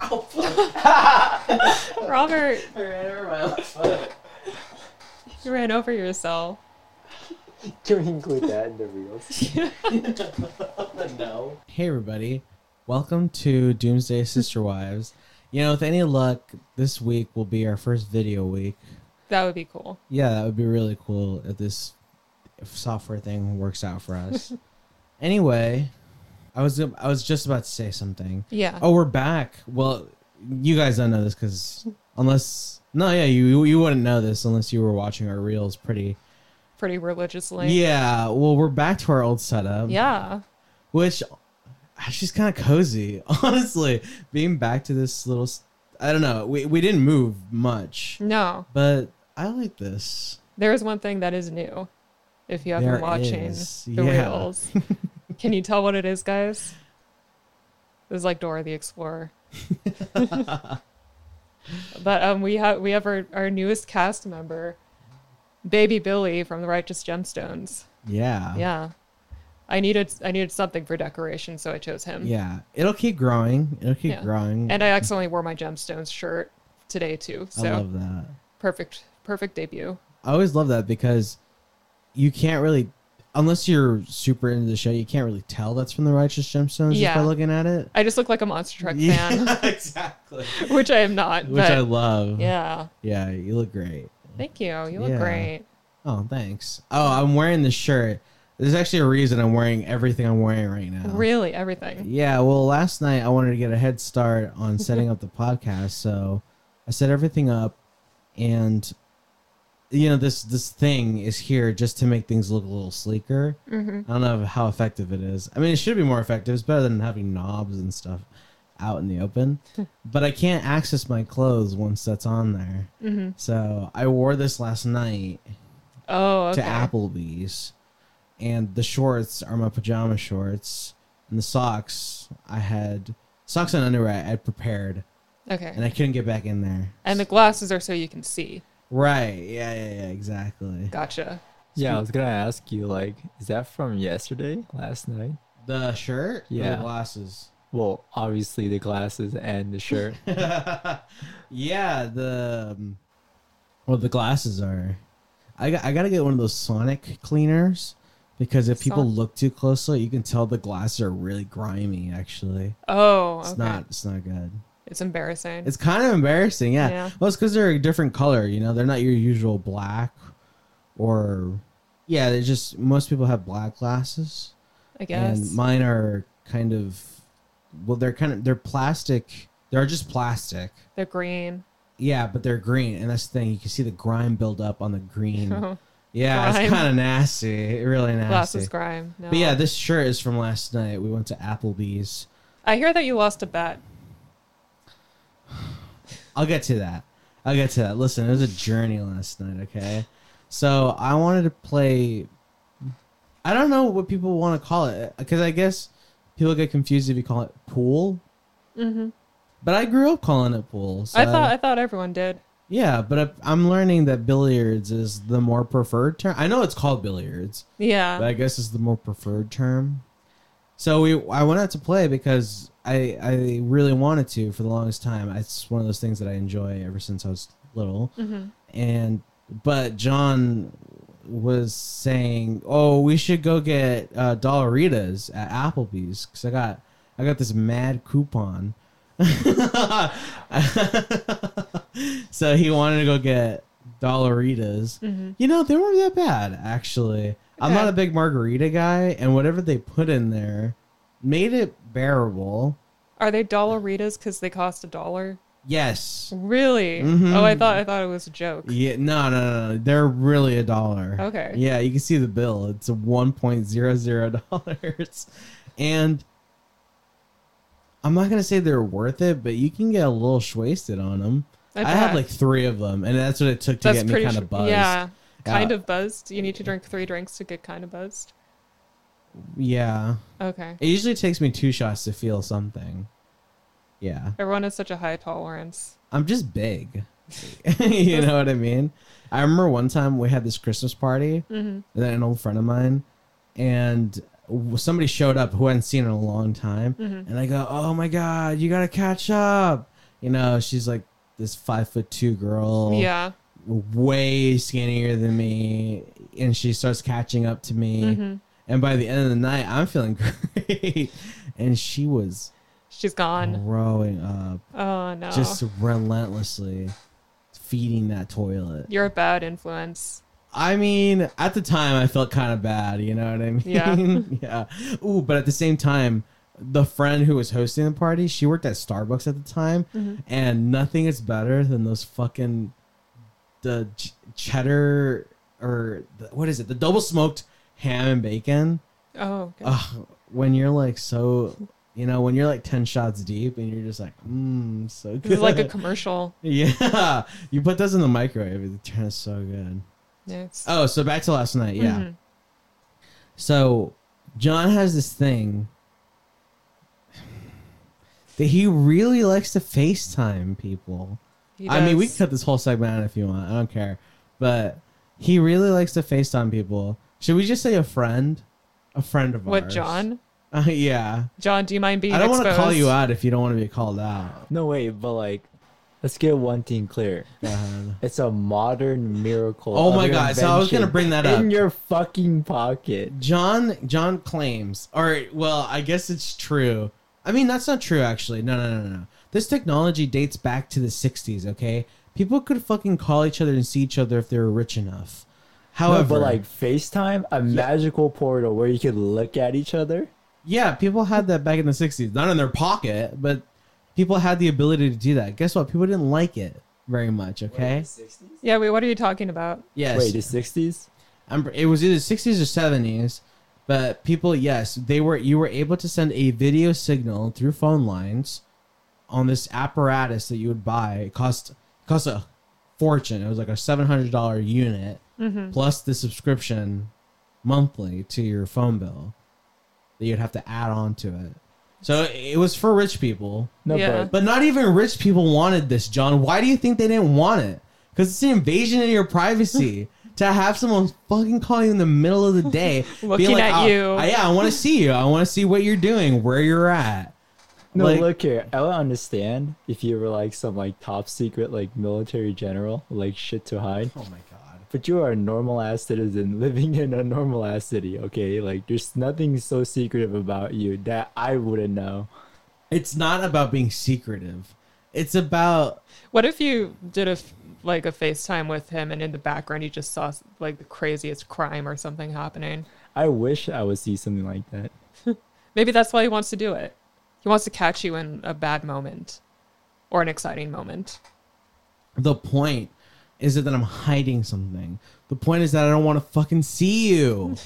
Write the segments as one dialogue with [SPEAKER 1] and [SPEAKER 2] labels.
[SPEAKER 1] Oh, fuck.
[SPEAKER 2] Robert,
[SPEAKER 1] I ran over my own foot.
[SPEAKER 2] you ran over yourself.
[SPEAKER 3] Can we include that in the reels?
[SPEAKER 1] no.
[SPEAKER 4] Hey, everybody. Welcome to Doomsday Sister Wives. You know, with any luck, this week will be our first video week.
[SPEAKER 2] that would be cool.
[SPEAKER 4] Yeah, that would be really cool if this software thing works out for us. anyway, I was I was just about to say something.
[SPEAKER 2] Yeah.
[SPEAKER 4] Oh, we're back. Well, you guys don't know this because unless no, yeah, you you wouldn't know this unless you were watching our reels pretty.
[SPEAKER 2] Pretty religiously.
[SPEAKER 4] Yeah. Well, we're back to our old setup.
[SPEAKER 2] Yeah.
[SPEAKER 4] which actually is kind of cozy honestly being back to this little s- i don't know we, we didn't move much
[SPEAKER 2] No.
[SPEAKER 4] but i like this
[SPEAKER 2] There is one thing that is new. If you have
[SPEAKER 4] There
[SPEAKER 2] been watching
[SPEAKER 4] is,
[SPEAKER 2] the
[SPEAKER 4] yeah.
[SPEAKER 2] reels. Can you tell what it is, guys? It was like Dora the Explorer. but um we have we have our, our newest cast member, Baby Billy from the Righteous Gemstones.
[SPEAKER 4] yeah
[SPEAKER 2] Yeah. I needed I needed something for decoration, so I chose him.
[SPEAKER 4] yeah it'll keep growing it'll keep
[SPEAKER 2] Yeah.
[SPEAKER 4] growing
[SPEAKER 2] And I accidentally wore my gemstones shirt today too.
[SPEAKER 4] I
[SPEAKER 2] So
[SPEAKER 4] love that
[SPEAKER 2] perfect perfect debut.
[SPEAKER 4] i always love that because you can't really unless you're super into the show you can't really tell that's from the righteous gemstones just
[SPEAKER 2] Yeah.
[SPEAKER 4] by looking at it
[SPEAKER 2] I just look like a monster truck
[SPEAKER 4] yeah exactly
[SPEAKER 2] fan, which I am not.
[SPEAKER 4] which
[SPEAKER 2] but
[SPEAKER 4] i love
[SPEAKER 2] yeah.
[SPEAKER 4] yeah you look great
[SPEAKER 2] Thank you. You look
[SPEAKER 4] Yeah.
[SPEAKER 2] great.
[SPEAKER 4] Oh, thanks. Oh, I'm wearing this shirt. There's actually a reason I'm wearing everything I'm wearing right now.
[SPEAKER 2] Really everything.
[SPEAKER 4] Yeah, well, last night I wanted to get a head start on setting up the podcast, so I set everything up and you know, this this thing is here just to make things look a little sleeker. I don't know how effective it is. I mean, it should be more effective. It's better than having knobs and stuff out in the open. but I can't access my clothes once that's on there. So, I wore this last night
[SPEAKER 2] Oh, okay.
[SPEAKER 4] to Applebee's, and the shorts are my pajama shorts, and the socks I had socks and underwear I had prepared,
[SPEAKER 2] Okay.
[SPEAKER 4] and I couldn't get back in there.
[SPEAKER 2] And the glasses are so you can see.
[SPEAKER 4] right? Yeah, yeah, yeah, exactly.
[SPEAKER 2] Gotcha.
[SPEAKER 1] Sweet.
[SPEAKER 5] Yeah, I was gonna ask you, like, is that from yesterday, last night?
[SPEAKER 4] The shirt, or
[SPEAKER 5] Yeah.
[SPEAKER 4] the glasses.
[SPEAKER 5] Well, obviously the glasses and the shirt.
[SPEAKER 4] yeah, the um, well, the glasses are. I got, I gotta get one of those Sonic cleaners because if people
[SPEAKER 2] Son-
[SPEAKER 4] look too closely, you can tell the glasses are really grimy. Actually,
[SPEAKER 2] Oh, okay.
[SPEAKER 4] it's not it's not good.
[SPEAKER 2] It's embarrassing.
[SPEAKER 4] It's kind of embarrassing, yeah.
[SPEAKER 2] Yeah.
[SPEAKER 4] Well, it's because they're a different color. You know, they're not your usual black, or yeah, they just most people have black glasses,
[SPEAKER 2] I guess.
[SPEAKER 4] and mine are kind of well, they're kind of they're plastic. They're just plastic,
[SPEAKER 2] They're green.
[SPEAKER 4] yeah, but they're green, and that's the thing. You can see the grime build up on the green.
[SPEAKER 2] Oh,
[SPEAKER 4] yeah,
[SPEAKER 2] grime.
[SPEAKER 4] it's kind of nasty, really nasty.
[SPEAKER 2] glasses grime. No.
[SPEAKER 4] But yeah, this shirt is from last night. We went to Applebee's.
[SPEAKER 2] I hear that you lost a bet.
[SPEAKER 4] I'll get to that. I'll get to that. Listen, it was a journey last night, okay? So I wanted to play. I don't know what people want to call it, because I guess people get confused if you call it pool.
[SPEAKER 2] Mhm.
[SPEAKER 4] But I grew up calling it pool. So
[SPEAKER 2] I thought I thought everyone did.
[SPEAKER 4] yeah, but I, I'm learning that billiards is the more preferred term. I know it's called billiards,
[SPEAKER 2] Yeah.
[SPEAKER 4] but I guess it's the more preferred term. So we, I went out to play because I, I really wanted to for the longest time. It's one of those things that I enjoy ever since I was little. And but John was saying, "Oh, we should go get uh, Dollaritas at Applebee's because I got, I got this mad coupon." so he wanted to go get Dollaritas. You know, they weren't that bad, actually. I'm
[SPEAKER 2] Okay.
[SPEAKER 4] not a big margarita guy, and whatever they put in there made it bearable.
[SPEAKER 2] Are they dollaritas because they cost a dollar?
[SPEAKER 4] Yes.
[SPEAKER 2] Really?
[SPEAKER 4] Mhm.
[SPEAKER 2] Oh, I thought I thought it was a joke.
[SPEAKER 4] Yeah, no, no, no, no. They're really a dollar.
[SPEAKER 2] Okay.
[SPEAKER 4] Yeah, you can see the bill. It's a one point zero zero dollars, and I'm not gonna say they're worth it, but you can get a little wasted on them.
[SPEAKER 2] I
[SPEAKER 4] I, had
[SPEAKER 2] bet.
[SPEAKER 4] like three of them, and that's what it took to
[SPEAKER 2] That's
[SPEAKER 4] get me
[SPEAKER 2] pretty.
[SPEAKER 4] kind of
[SPEAKER 2] sh-
[SPEAKER 4] buzzed.
[SPEAKER 2] Yeah. Kind
[SPEAKER 4] Yeah.
[SPEAKER 2] of buzzed. You need to drink three drinks to get kind of buzzed.
[SPEAKER 4] Yeah.
[SPEAKER 2] Okay.
[SPEAKER 4] It usually takes me two shots to feel something. Yeah.
[SPEAKER 2] Everyone has such a high tolerance.
[SPEAKER 4] I'm just big. you know what I mean? I remember one time we had this Christmas party that an old friend of mine, and w-
[SPEAKER 2] Mm-hmm.
[SPEAKER 4] somebody showed up who I hadn't seen in a long time, and I go, "Oh my god, you gotta catch up!" you know, she's like this five foot two girl,
[SPEAKER 2] Yeah.
[SPEAKER 4] way skinnier than me, and she starts catching up to me.
[SPEAKER 2] Mhm.
[SPEAKER 4] And by the end of the night, I'm feeling great, and she was
[SPEAKER 2] She's gone.
[SPEAKER 4] growing up
[SPEAKER 2] Oh no.
[SPEAKER 4] just relentlessly, feeding that toilet.
[SPEAKER 2] You're a bad influence.
[SPEAKER 4] I mean, at the time, I felt kind of bad. You know what I mean?
[SPEAKER 2] Yeah.
[SPEAKER 4] yeah. Ooh, but at the same time, the friend who was hosting the party, she worked at Starbucks at the time,
[SPEAKER 2] Mm-hmm.
[SPEAKER 4] and nothing is better than those fucking the ch- cheddar or the, what is it? The double smoked ham and bacon.
[SPEAKER 2] Oh. Okay.
[SPEAKER 4] Ugh, when you're like so, you know, when you're like ten shots deep, and you're just like, mmm, so good.
[SPEAKER 2] this is like a commercial.
[SPEAKER 4] yeah, you put those in the microwave, it turns so good.
[SPEAKER 2] Next.
[SPEAKER 4] Oh, so back to last night. Yeah.
[SPEAKER 2] Mhm.
[SPEAKER 4] So John has this thing that he really likes to FaceTime people.
[SPEAKER 2] He
[SPEAKER 4] I mean, we can
[SPEAKER 2] does.
[SPEAKER 4] cut this whole segment out if you want. I don't care. But he really likes to FaceTime people. Should we just say a friend? A friend of
[SPEAKER 2] What
[SPEAKER 4] ours.
[SPEAKER 2] John?
[SPEAKER 4] Uh, yeah.
[SPEAKER 2] John, do you mind being
[SPEAKER 4] I don't want
[SPEAKER 2] exposed?
[SPEAKER 4] to call you out if you don't want to be called out.
[SPEAKER 5] No way, but like, let's get one thing clear.
[SPEAKER 4] Go ahead.
[SPEAKER 5] It's a modern miracle.
[SPEAKER 4] Oh
[SPEAKER 5] of
[SPEAKER 4] my god! So I was gonna
[SPEAKER 5] invention
[SPEAKER 4] bring that up.
[SPEAKER 5] in your fucking pocket.
[SPEAKER 4] John John claims, or well, I guess it's true. I mean, that's not true actually. No, no, no, no, no. This technology dates back to the 60s, okay? People could fucking call each other and see each other if they were rich enough.
[SPEAKER 5] No,
[SPEAKER 4] However,
[SPEAKER 5] but like FaceTime, a magical portal where you could look at each other.
[SPEAKER 4] yeah, people had that back in the 60s. Not in their pocket, but people had the ability to do that. Guess what? People didn't like it very much, okay?
[SPEAKER 2] Yeah. Wait. What are you talking about?
[SPEAKER 4] Yes.
[SPEAKER 5] Wait, the sixties?
[SPEAKER 4] I'm, it was either 60s or 70s but people yes they were you were able to send a video signal through phone lines on this apparatus that you would buy it cost it cost a fortune it was like a $700 unit plus the subscription monthly to your phone bill that you'd have to add on to it so it was for rich people
[SPEAKER 5] No,
[SPEAKER 2] Yeah.
[SPEAKER 5] but
[SPEAKER 4] but not even rich people wanted this, John. Why do you think they didn't want it? Because it's an invasion of your privacy to have someone fucking call you in the middle of the day, being
[SPEAKER 2] Looking at
[SPEAKER 4] "Oh,
[SPEAKER 2] you."
[SPEAKER 4] I- yeah, I want to see you. I want to see what you're doing, where you're at.
[SPEAKER 5] no,
[SPEAKER 4] like-
[SPEAKER 5] look here. I would understand if you were like some like top secret like military general, like shit to hide.
[SPEAKER 4] Oh my god.
[SPEAKER 5] But you are a normal ass citizen living in a normal ass city, okay? Like there's nothing so secretive about you that I wouldn't know.
[SPEAKER 4] It's not about being secretive. It's about
[SPEAKER 2] What if you did a f- like a FaceTime with him, and in the background you just saw like the craziest crime or something happening?
[SPEAKER 5] I wish I would see something like that.
[SPEAKER 2] Maybe that's why he wants to do it. He wants to catch you in a bad moment or an exciting moment.
[SPEAKER 4] the point is that I'm hiding something. The point is that I don't want to fucking see you.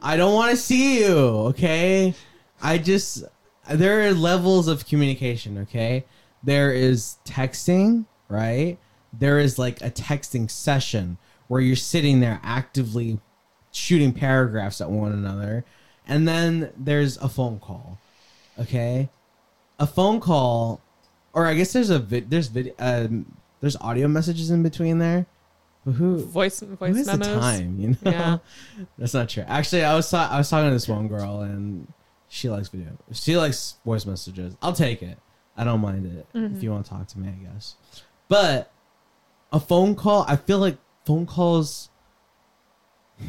[SPEAKER 4] I don't want to see you, okay? I just there are levels of communication, okay? There is texting, right? There is like a texting session where you're sitting there actively shooting paragraphs at one another. And then there's a phone call. Okay? a phone call, or I guess there's a vid- there's video um, there's audio messages in between there. But who
[SPEAKER 2] Voice
[SPEAKER 4] who
[SPEAKER 2] voice
[SPEAKER 4] has the
[SPEAKER 2] memos.
[SPEAKER 4] time? You know,
[SPEAKER 2] Yeah.
[SPEAKER 4] that's not true. Actually, I was ta- I was talking to this one girl, and she likes video. She likes voice messages. I'll take it. I don't mind it
[SPEAKER 2] Mm-hmm.
[SPEAKER 4] if you want to talk to me. I guess, but a phone call. I feel like phone calls.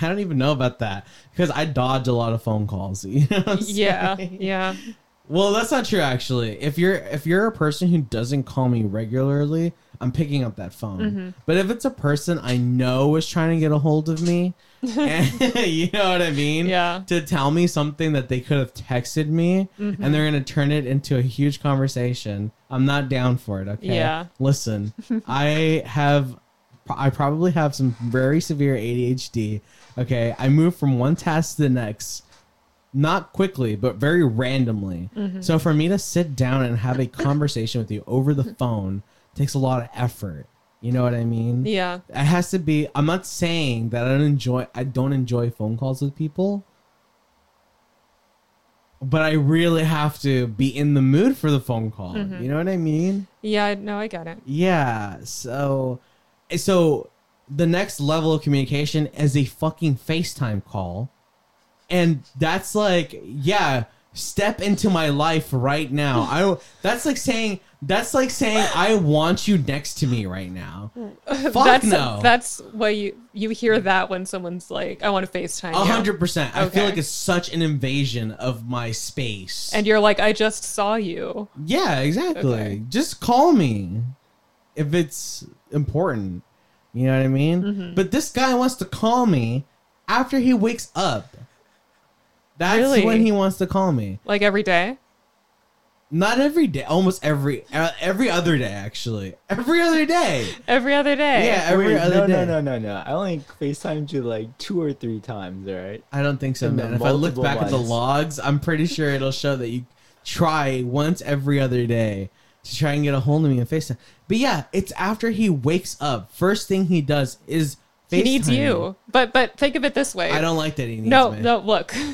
[SPEAKER 4] I don't even know about that because I dodge a lot of phone calls. You know what I'm
[SPEAKER 2] Yeah,
[SPEAKER 4] saying?
[SPEAKER 2] yeah.
[SPEAKER 4] Well, that's not true actually. If you're if you're a person who doesn't call me regularly, I'm picking up that phone.
[SPEAKER 2] Mm-hmm.
[SPEAKER 4] But if it's a person I know is trying to get a hold of me, and, you know what I mean?
[SPEAKER 2] Yeah.
[SPEAKER 4] To tell me something that they could have texted me
[SPEAKER 2] Mm-hmm.
[SPEAKER 4] and they're going to turn it into a huge conversation. I'm not down for it, okay?
[SPEAKER 2] Yeah.
[SPEAKER 4] Listen, I have I probably have some very severe ADHD. Okay, I move from one task to the next not quickly, but very randomly. So for me to sit down and have a conversation with you over the phone takes a lot of effort. You know what I mean?
[SPEAKER 2] Yeah.
[SPEAKER 4] It has to be. I'm not saying that I don't enjoy. I don't enjoy phone calls with people, but I really have to be in the mood for the phone call. You know what I mean?
[SPEAKER 2] Yeah, no, I get it.
[SPEAKER 4] Yeah. So, eh, so the next level of communication is a fucking FaceTime call, and that's like, yeah, step into my life right now. I that's like saying that's like saying I want you next to me right now. Fuck
[SPEAKER 2] that's
[SPEAKER 4] no.
[SPEAKER 2] that's why you you hear that when someone's like, I want to FaceTime.
[SPEAKER 4] A
[SPEAKER 2] you."
[SPEAKER 4] hundred percent. I feel
[SPEAKER 2] Okay.
[SPEAKER 4] like it's such an invasion of my space.
[SPEAKER 2] And you're like, I just saw you.
[SPEAKER 4] yeah, exactly.
[SPEAKER 2] Okay.
[SPEAKER 4] Just call me if it's important. You know what I mean?
[SPEAKER 5] Mm-hmm.
[SPEAKER 4] But this guy wants to call me after he wakes up. That's
[SPEAKER 2] Really?
[SPEAKER 4] when he wants to call me.
[SPEAKER 2] Like every day.
[SPEAKER 4] Not every day, almost every uh, every other day actually. Every other day.
[SPEAKER 2] Every other day.
[SPEAKER 4] Yeah, every
[SPEAKER 5] Wait,
[SPEAKER 4] other
[SPEAKER 5] no,
[SPEAKER 4] day.
[SPEAKER 5] no, no, no, no. I only FaceTimed you like two or three times, all right?
[SPEAKER 4] I don't think so,
[SPEAKER 5] And the
[SPEAKER 4] man. If I look
[SPEAKER 5] multiple
[SPEAKER 4] back at the
[SPEAKER 5] ones.
[SPEAKER 4] logs, I'm pretty sure it'll show that you try once every other day to try and get a hold of me on FaceTime. But yeah, it's after he wakes up. First thing he does is FaceTime.
[SPEAKER 2] He needs
[SPEAKER 4] me.
[SPEAKER 2] you. But but think of it this way.
[SPEAKER 4] I don't like that he needs
[SPEAKER 2] No,
[SPEAKER 4] me.
[SPEAKER 2] no, look.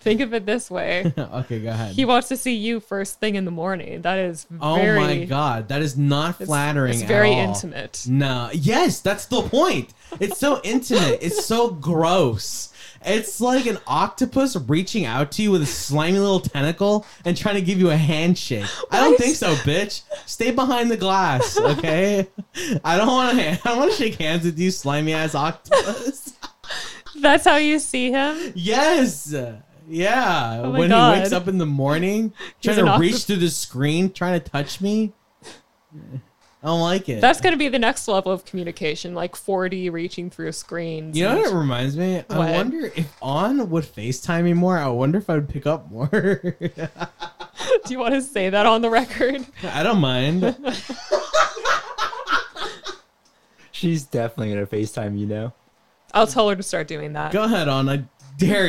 [SPEAKER 2] think of it this way.
[SPEAKER 4] okay, go ahead.
[SPEAKER 2] he wants to see you first thing in the morning. That is
[SPEAKER 4] oh
[SPEAKER 2] very
[SPEAKER 4] my god, that is not
[SPEAKER 2] it's-
[SPEAKER 4] flattering.
[SPEAKER 2] It's
[SPEAKER 4] at
[SPEAKER 2] very
[SPEAKER 4] all.
[SPEAKER 2] intimate.
[SPEAKER 4] No. Yes, that's the point. It's so intimate. It's so gross. It's like an octopus reaching out to you with a slimy little tentacle and trying to give you a handshake. I don't
[SPEAKER 2] What?
[SPEAKER 4] think so, bitch. Stay behind the glass, okay? I don't want to. I don't want to shake hands with you, slimy ass octopus.
[SPEAKER 2] That's how you see him.
[SPEAKER 4] Yes. Yeah.
[SPEAKER 2] Oh my
[SPEAKER 4] when
[SPEAKER 2] God.
[SPEAKER 4] he wakes up in the morning,
[SPEAKER 2] He's
[SPEAKER 4] trying to
[SPEAKER 2] an
[SPEAKER 4] reach
[SPEAKER 2] octop-
[SPEAKER 4] through the screen, trying to touch me. I don't like it.
[SPEAKER 2] That's going to be the next level of communication, like 4D reaching through screens.
[SPEAKER 4] You know
[SPEAKER 2] and-
[SPEAKER 4] what it reminds me?
[SPEAKER 2] What?
[SPEAKER 4] I wonder if On would FaceTime me more. I wonder if I would pick up more.
[SPEAKER 2] do you want to say that on the record?
[SPEAKER 4] I don't mind.
[SPEAKER 5] She's definitely gonna FaceTime you now.
[SPEAKER 2] I'll tell her to start doing that.
[SPEAKER 4] Go ahead, On. I dare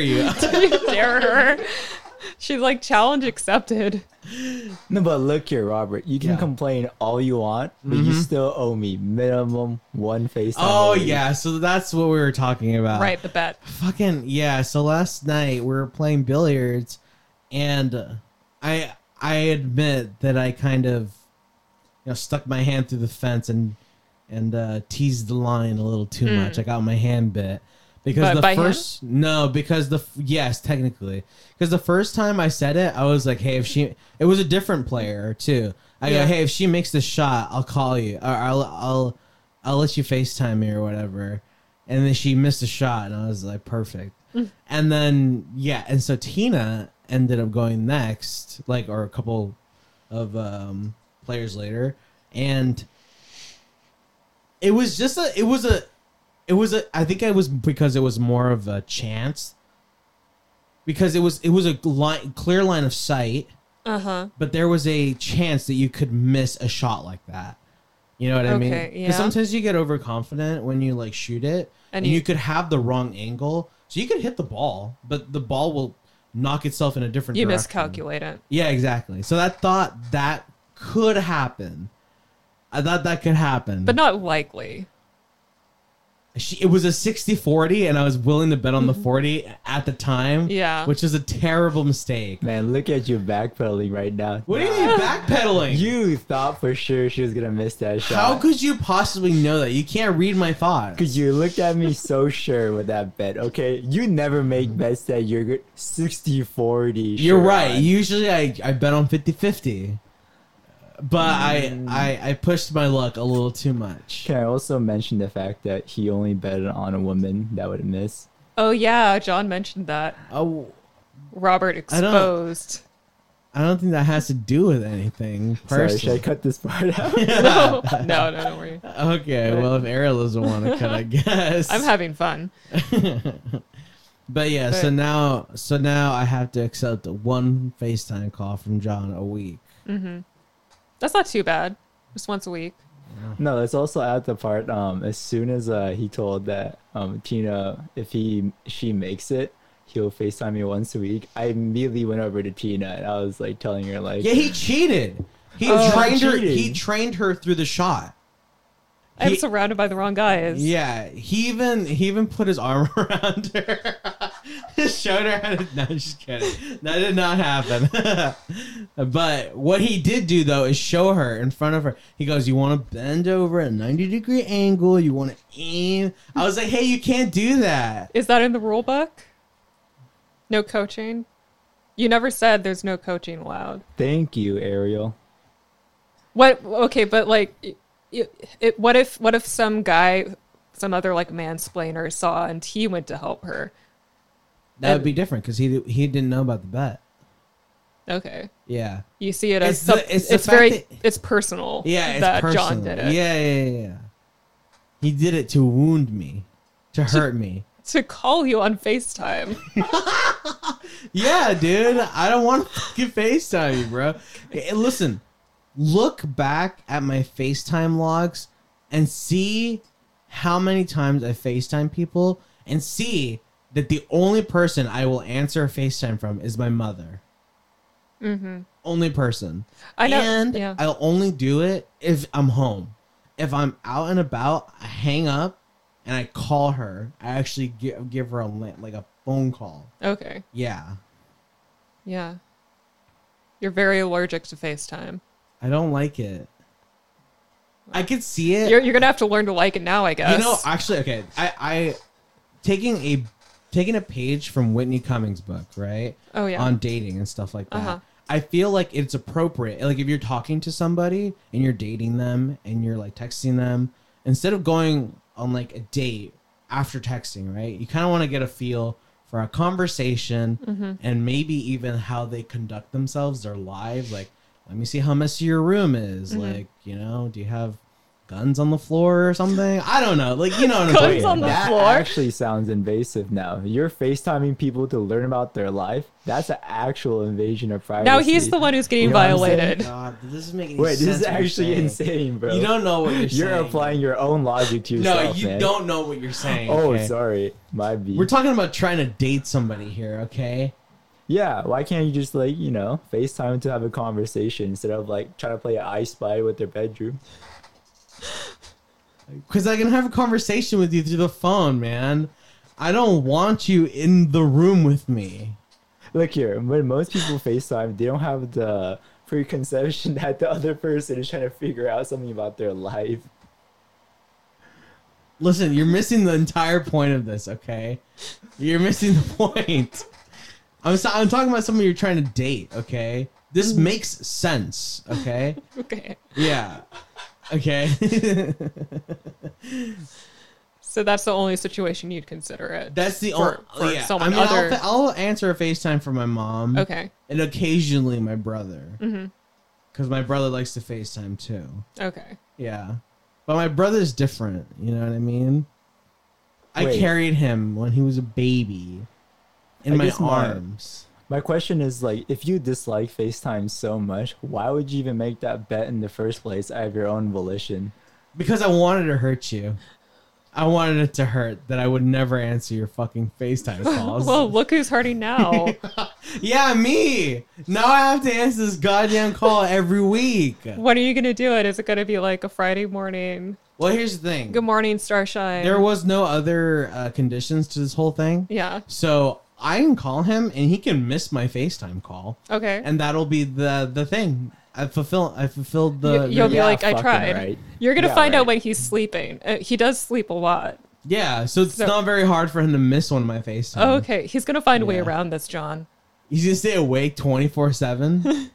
[SPEAKER 4] you.
[SPEAKER 2] you dare her. She's like challenge accepted.
[SPEAKER 5] No, but look here, Robert. You can
[SPEAKER 4] Yeah. Mm-hmm.
[SPEAKER 5] complain all you want, but you still owe me minimum one FaceTime.
[SPEAKER 4] oh,
[SPEAKER 5] a week.
[SPEAKER 4] yeah. So that's what we were talking about.
[SPEAKER 2] right, the bet.
[SPEAKER 4] Fucking, yeah. So last night we were playing billiards, and uh, I I admit that I kind of you know stuck my hand through the fence and and uh, teased the line a little too much. I got my hand bit because
[SPEAKER 2] Hmm. But
[SPEAKER 4] the
[SPEAKER 2] by
[SPEAKER 4] first no because the f- yes technically because the first time I said it I was like hey if she it was a different player too I
[SPEAKER 2] Yeah.
[SPEAKER 4] go hey if she makes the shot I'll call you or I'll I'll I'll let you Facetime me or whatever and then she missed a shot and I was like perfect and then yeah and so Tina ended up going next like or a couple of um, players later, and it was just a, it was a, it was a. I think it was because it was more of a chance, because it was it was a line, clear line of sight,
[SPEAKER 2] Uh huh.
[SPEAKER 4] but there was a chance that you could miss a shot like that. You know what I mean?
[SPEAKER 2] Okay,
[SPEAKER 4] Because
[SPEAKER 2] yeah.
[SPEAKER 4] sometimes you get overconfident when you like shoot it,
[SPEAKER 2] And
[SPEAKER 4] and,
[SPEAKER 2] you-
[SPEAKER 4] you could have the wrong angle, so you could hit the ball, but the ball will knock itself in a different
[SPEAKER 2] You
[SPEAKER 4] direction.
[SPEAKER 2] miscalculate it.
[SPEAKER 4] Yeah, exactly. So that thought that could happen. I thought that could happen.
[SPEAKER 2] But not likely.
[SPEAKER 4] she, it was a 60-40 and I was willing to bet on the 40 at the time.
[SPEAKER 2] Mm-hmm. Yeah.
[SPEAKER 4] Which is a terrible mistake.
[SPEAKER 5] Man, look at you backpedaling right now.
[SPEAKER 4] What do you mean backpedaling?
[SPEAKER 5] You thought for sure she was gonna miss that shot.
[SPEAKER 4] How could you possibly know that? You can't read my thoughts.
[SPEAKER 5] Cause you looked at me so sure with that bet, okay? You never make bets that you're good 60 40.
[SPEAKER 4] Mm-hmm. You're right. Usually I, I bet on 50-50. But
[SPEAKER 5] Mm.
[SPEAKER 4] I, I I pushed my luck a little too much.
[SPEAKER 5] Can I also mention the fact that he only bet on a woman that would miss?
[SPEAKER 2] Oh yeah, John mentioned that.
[SPEAKER 4] Oh,
[SPEAKER 2] Robert
[SPEAKER 4] I don't-
[SPEAKER 2] exposed.
[SPEAKER 4] I don't think that has to do with anything.
[SPEAKER 5] Sorry, should
[SPEAKER 4] personally.
[SPEAKER 5] I cut this part out?
[SPEAKER 2] No, no, no, don't worry.
[SPEAKER 4] Okay, well, if Ariel doesn't want to cut, I guess.
[SPEAKER 2] I'm having fun.
[SPEAKER 4] but yeah, so
[SPEAKER 2] But-
[SPEAKER 4] now, so now I have to accept one FaceTime call from John a week.
[SPEAKER 2] That's not too bad. Just once a week.
[SPEAKER 5] No, let's also add the part. Um, as soon as uh, he told that um, Tina, if he she makes it, he'll Facetime me once a week. I immediately went over to Tina and I was like telling her like,
[SPEAKER 4] Yeah, he cheated. He
[SPEAKER 5] Oh,
[SPEAKER 4] trained her. He
[SPEAKER 5] cheating.
[SPEAKER 4] trained her through the shot.
[SPEAKER 2] I'm
[SPEAKER 4] He-
[SPEAKER 2] surrounded by the wrong guys.
[SPEAKER 4] Yeah, he even he even put his arm around her, showed her how to. No, just kidding. That did not happen. but what he did do though is show her in front of her. He goes, "You want to bend over at a ninety degree angle. You want to aim." I was like, "Hey, you can't do that."
[SPEAKER 2] Is that in the rule book? No coaching? You never said there's no coaching allowed.
[SPEAKER 5] Thank you, Ariel.
[SPEAKER 2] What? Okay, but like, it, it, what if what if some guy, some other like mansplainer saw and he went to help her?
[SPEAKER 4] That would be different because he he didn't know about the bet.
[SPEAKER 2] Okay,
[SPEAKER 4] Yeah.
[SPEAKER 2] you see it as
[SPEAKER 4] It's
[SPEAKER 2] some-
[SPEAKER 4] the-
[SPEAKER 2] it's,
[SPEAKER 4] it's the fact
[SPEAKER 2] very
[SPEAKER 4] that-
[SPEAKER 2] it's personal.
[SPEAKER 4] Yeah, it's
[SPEAKER 2] that
[SPEAKER 4] personal.
[SPEAKER 2] John did it
[SPEAKER 4] Yeah, yeah, yeah, yeah. He did it to wound me, to hurt me.
[SPEAKER 2] to call you on Facetime.
[SPEAKER 4] Yeah, dude. I don't want to fucking FaceTime you, bro. Eh, Listen, look back at my FaceTime logs and see how many times I FaceTime people and see that the only person I will answer a FaceTime from is my mother.
[SPEAKER 2] mm-hmm.
[SPEAKER 4] Only person.
[SPEAKER 2] I know.
[SPEAKER 4] And
[SPEAKER 2] yeah.
[SPEAKER 4] I'll only do it if I'm home. If I'm out and about, I hang up and I call her. I actually give, give her a la- like a phone call.
[SPEAKER 2] okay.
[SPEAKER 4] Yeah.
[SPEAKER 2] Yeah. You're very allergic to FaceTime.
[SPEAKER 4] I don't like it. I could see it.
[SPEAKER 2] You're, you're gonna have to learn to like it now, I guess.
[SPEAKER 4] you know, actually, okay. I, I taking a taking a page from Whitney Cummings' book, right?
[SPEAKER 2] oh yeah.
[SPEAKER 4] on dating and stuff like that.
[SPEAKER 2] Uh-huh.
[SPEAKER 4] I feel like it's appropriate. Like if you're talking to somebody and you're dating them and you're like texting them, instead of going on like a date after texting, right? You kind of want to get a feel for a conversation
[SPEAKER 2] Mm-hmm.
[SPEAKER 4] and maybe even how they conduct themselves, their lives. Like, let me see how messy your room is.
[SPEAKER 2] Mm-hmm.
[SPEAKER 4] Like, you know, do you have guns on the floor or something? I don't know. Like, you know what I'm
[SPEAKER 2] Guns
[SPEAKER 4] saying?
[SPEAKER 2] on the
[SPEAKER 5] that
[SPEAKER 2] floor?
[SPEAKER 5] actually sounds invasive now. You're FaceTiming people to learn about their life. That's an actual invasion of privacy.
[SPEAKER 2] now he's the one who's getting
[SPEAKER 4] You know what I'm saying?
[SPEAKER 2] violated.
[SPEAKER 4] God, this is making
[SPEAKER 5] Wait, this
[SPEAKER 4] sense
[SPEAKER 5] is
[SPEAKER 4] what you're
[SPEAKER 5] actually
[SPEAKER 4] saying.
[SPEAKER 5] insane, bro.
[SPEAKER 4] You don't know what you're,
[SPEAKER 5] You're
[SPEAKER 4] saying.
[SPEAKER 5] applying your own logic to
[SPEAKER 4] No,
[SPEAKER 5] yourself.
[SPEAKER 4] you
[SPEAKER 5] man.
[SPEAKER 4] don't know what you're saying.
[SPEAKER 5] Oh,
[SPEAKER 4] okay?
[SPEAKER 5] sorry, my B.
[SPEAKER 4] We're talking about trying to date somebody here, okay?
[SPEAKER 5] yeah, why can't you just like you know FaceTime to have a conversation instead of like trying to play I Spy with their bedroom?
[SPEAKER 4] Because I can have a conversation with you through the phone, man. I don't want you in the room with me.
[SPEAKER 5] Look here, when most people FaceTime, they don't have the preconception that the other person is trying to figure out something about their life.
[SPEAKER 4] Listen, you're missing the entire point of this, okay? You're missing the point. I'm so, I'm talking about somebody you're trying to date, okay? This makes sense, okay?
[SPEAKER 2] Okay.
[SPEAKER 4] Yeah. Okay.
[SPEAKER 2] So that's the only situation you'd consider it.
[SPEAKER 4] That's the only.
[SPEAKER 2] For- for
[SPEAKER 4] yeah. I
[SPEAKER 2] someone
[SPEAKER 4] mean, I'll
[SPEAKER 2] other-
[SPEAKER 4] fa- I'll, answer a FaceTime for my mom.
[SPEAKER 2] okay.
[SPEAKER 4] and occasionally my brother
[SPEAKER 2] Mhm.
[SPEAKER 4] because my brother likes to facetime too
[SPEAKER 2] Okay.
[SPEAKER 4] yeah but my brother's different you know what i mean i
[SPEAKER 5] Wait.
[SPEAKER 4] carried him when he was a baby in
[SPEAKER 5] I
[SPEAKER 4] my
[SPEAKER 5] guess my-
[SPEAKER 4] arms
[SPEAKER 5] My question is like, if you dislike FaceTime so much, why would you even make that bet in the first place out of your own volition?
[SPEAKER 4] because i wanted to hurt you i wanted it to hurt that i would never answer your fucking facetime calls
[SPEAKER 2] Well, look who's hurting now.
[SPEAKER 4] yeah me now i have to answer this goddamn call every week
[SPEAKER 2] when are you gonna do it? Is it gonna be like a Friday morning?
[SPEAKER 4] well here's the thing
[SPEAKER 2] Good morning, Starshine.
[SPEAKER 4] there was no other uh, conditions to this whole thing
[SPEAKER 2] yeah.
[SPEAKER 4] So I can call him and he can miss my FaceTime call.
[SPEAKER 2] Okay.
[SPEAKER 4] And that'll be the the thing. I fulfill I fulfilled the,
[SPEAKER 2] You- you'll be
[SPEAKER 4] the-
[SPEAKER 2] like, I
[SPEAKER 5] fucking
[SPEAKER 2] tried.
[SPEAKER 5] right.
[SPEAKER 2] You're gonna
[SPEAKER 5] Yeah,
[SPEAKER 2] find out
[SPEAKER 5] right.
[SPEAKER 2] when he's sleeping. Uh, he does sleep a lot.
[SPEAKER 4] Yeah, so it's
[SPEAKER 2] So-
[SPEAKER 4] not very hard for him to miss one of my FaceTime.
[SPEAKER 2] Oh, okay. He's gonna find a way
[SPEAKER 4] Mm-hmm. Yeah.
[SPEAKER 2] around this, John.
[SPEAKER 4] He's gonna stay awake twenty four seven.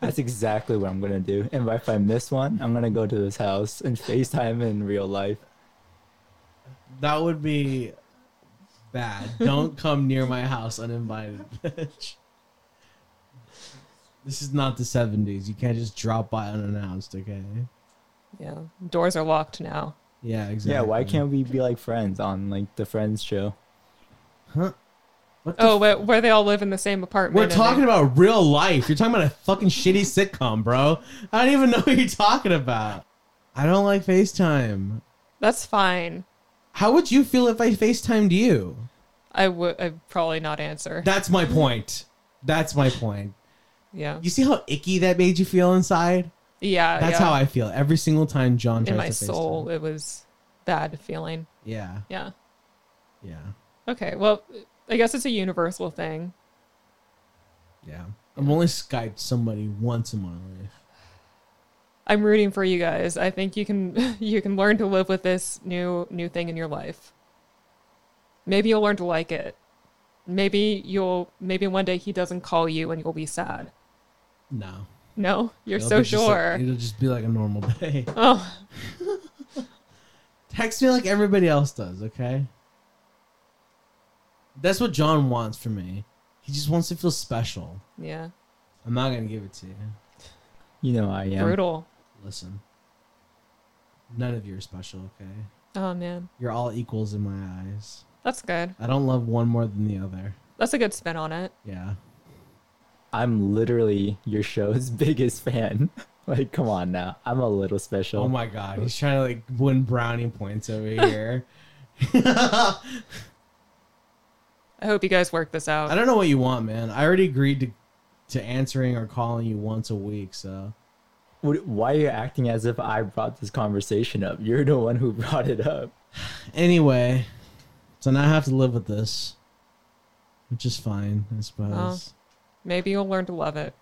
[SPEAKER 5] That's exactly what I'm gonna do. And if I miss one, I'm gonna go to his house and FaceTime in real life.
[SPEAKER 4] That would be bad. Don't come near my house uninvited, bitch. This is not the seventies. You can't just drop by unannounced, okay?
[SPEAKER 2] Yeah. Doors are locked now.
[SPEAKER 4] Yeah, exactly.
[SPEAKER 5] Yeah, why can't we be like friends on like the Friends show?
[SPEAKER 4] What the
[SPEAKER 2] Oh, where, where they all live in the same apartment.
[SPEAKER 4] We're
[SPEAKER 2] and
[SPEAKER 4] talking
[SPEAKER 2] they-
[SPEAKER 4] about real life. You're talking about a fucking shitty sitcom, bro. I don't even know what you're talking about. I don't like FaceTime.
[SPEAKER 2] That's fine.
[SPEAKER 4] How would you feel if I FaceTimed you?
[SPEAKER 2] I would I'd probably not answer.
[SPEAKER 4] That's my point. That's my point.
[SPEAKER 2] yeah.
[SPEAKER 4] You see how icky that made you feel inside?
[SPEAKER 2] Yeah.
[SPEAKER 4] That's
[SPEAKER 2] yeah.
[SPEAKER 4] how I feel every single time John tries
[SPEAKER 2] in my
[SPEAKER 4] to FaceTime.
[SPEAKER 2] soul it was bad feeling.
[SPEAKER 4] Yeah,
[SPEAKER 2] Yeah.
[SPEAKER 4] yeah,
[SPEAKER 2] Okay. Well, I guess it's a universal thing.
[SPEAKER 4] yeah. I've only Skyped somebody once in my life.
[SPEAKER 2] I'm rooting for you guys. I think you can you can learn to live with this new new thing in your life. Maybe you'll learn to like it. maybe you'll maybe one day he doesn't call you and you'll be sad.
[SPEAKER 4] No.
[SPEAKER 2] No, you're
[SPEAKER 4] It'll
[SPEAKER 2] so
[SPEAKER 4] be just like-
[SPEAKER 2] sure.
[SPEAKER 4] it'll just be like a normal day.
[SPEAKER 2] oh,
[SPEAKER 4] Text me like everybody else does, okay? That's what John wants from me. He just wants to feel special.
[SPEAKER 2] yeah,
[SPEAKER 4] I'm not gonna give it to you.
[SPEAKER 5] You know I am.
[SPEAKER 2] brutal.
[SPEAKER 4] Listen. None of you are special, okay?
[SPEAKER 2] Oh man,
[SPEAKER 4] You're all equals in my eyes.
[SPEAKER 2] that's good.
[SPEAKER 4] I don't love one more than the other.
[SPEAKER 2] That's a good spin on it.
[SPEAKER 4] Yeah.
[SPEAKER 5] I'm literally your show's biggest fan. like, come on now. I'm a little special.
[SPEAKER 4] Oh my god, he's trying to like win brownie points over here.
[SPEAKER 2] I hope you guys work this
[SPEAKER 4] I
[SPEAKER 2] out.
[SPEAKER 4] don't know what you want, man. I already agreed to to answering or calling you once a week, so
[SPEAKER 5] What- Why are you acting as if I brought this conversation up? You're the one who brought it up.
[SPEAKER 4] anyway, so now I have to live with this, which is fine, I suppose.
[SPEAKER 2] Maybe you'll learn to love it.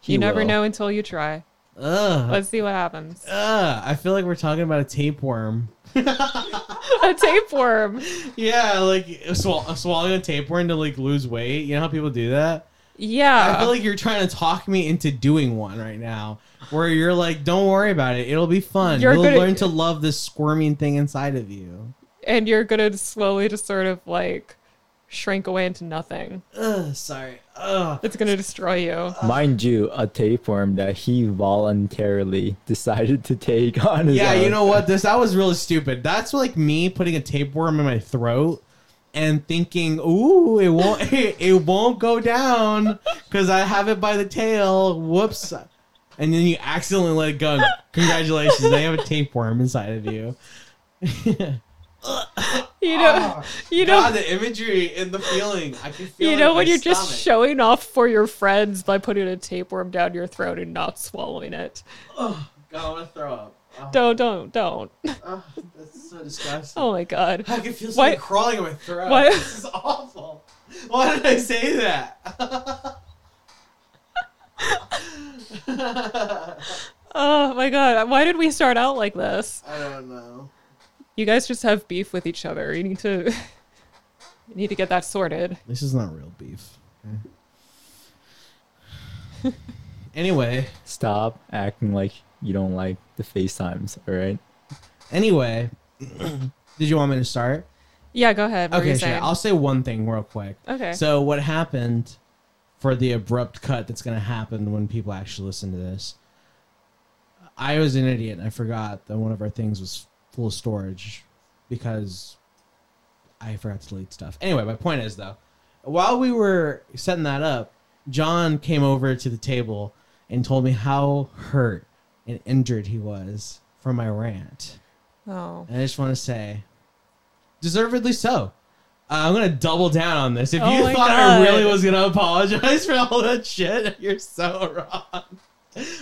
[SPEAKER 5] He
[SPEAKER 2] you never
[SPEAKER 5] will.
[SPEAKER 2] know until you try.
[SPEAKER 4] Ugh.
[SPEAKER 2] Let's see what happens.
[SPEAKER 4] Ugh. I feel like we're talking about a tapeworm.
[SPEAKER 2] a tapeworm.
[SPEAKER 4] Yeah, like swa- swallowing a tapeworm to like lose weight. You know how people do that? I
[SPEAKER 2] Yeah.
[SPEAKER 4] feel like you're trying to talk me into doing one right now, where you're like, "Don't worry about it. It'll be fun.
[SPEAKER 2] You're
[SPEAKER 4] You'll
[SPEAKER 2] gonna-
[SPEAKER 4] learn to love this squirming thing inside of you."
[SPEAKER 2] and you're going to slowly just sort of like shrink away into nothing.
[SPEAKER 4] Ugh. Sorry. Ugh.
[SPEAKER 2] It's going to destroy you.
[SPEAKER 5] Mind you, a tapeworm that he voluntarily decided to take on his
[SPEAKER 4] Yeah,
[SPEAKER 5] own.
[SPEAKER 4] you know what? This that was really stupid. That's like me putting a tapeworm in my throat and thinking, "Ooh, it won't, it, won't go down because I have it by the tail." Whoops! And then you accidentally let it go. Congratulations, now you have a tapeworm inside of you.
[SPEAKER 2] You know, you know,
[SPEAKER 4] Ah, God, the imagery and the feeling. I can feel.
[SPEAKER 2] you
[SPEAKER 4] it
[SPEAKER 2] know
[SPEAKER 4] in
[SPEAKER 2] when
[SPEAKER 4] my
[SPEAKER 2] you're just
[SPEAKER 4] stomach.
[SPEAKER 2] showing off for your friends by putting a tapeworm down your throat and not swallowing it.
[SPEAKER 4] God, I want to throw up. Oh,
[SPEAKER 2] Don't, don't, don't.
[SPEAKER 4] oh, that's so disgusting.
[SPEAKER 2] Oh my god.
[SPEAKER 4] I can feel
[SPEAKER 2] Why-
[SPEAKER 4] something crawling in my throat.
[SPEAKER 2] why-
[SPEAKER 4] This is awful. Why did I say that?
[SPEAKER 2] Oh my god. Why did we start out like this?
[SPEAKER 4] I don't know.
[SPEAKER 2] You guys just have beef with each other. You need to you need to get that sorted.
[SPEAKER 4] This is not real beef. okay? anyway,
[SPEAKER 5] Stop acting like you don't like the FaceTimes, all right?
[SPEAKER 4] anyway, did you want me to start?
[SPEAKER 2] Yeah, go ahead. What were
[SPEAKER 4] okay,
[SPEAKER 2] you
[SPEAKER 4] sure.
[SPEAKER 2] saying?
[SPEAKER 4] I'll say one thing real quick.
[SPEAKER 2] Okay.
[SPEAKER 4] So what happened for the abrupt cut that's going to happen when people actually listen to this? I was an idiot. and I forgot that one of our things was full of storage because I forgot to delete stuff. Anyway, my point is though, while we were setting that up, John came over to the table and told me how hurt and injured he was from my rant.
[SPEAKER 2] oh.
[SPEAKER 4] And I just want to say, deservedly so. Uh, I'm gonna double down on this. If
[SPEAKER 2] Oh
[SPEAKER 4] you
[SPEAKER 2] my
[SPEAKER 4] thought I
[SPEAKER 2] God.
[SPEAKER 4] really was gonna apologize for all that shit, you're so wrong.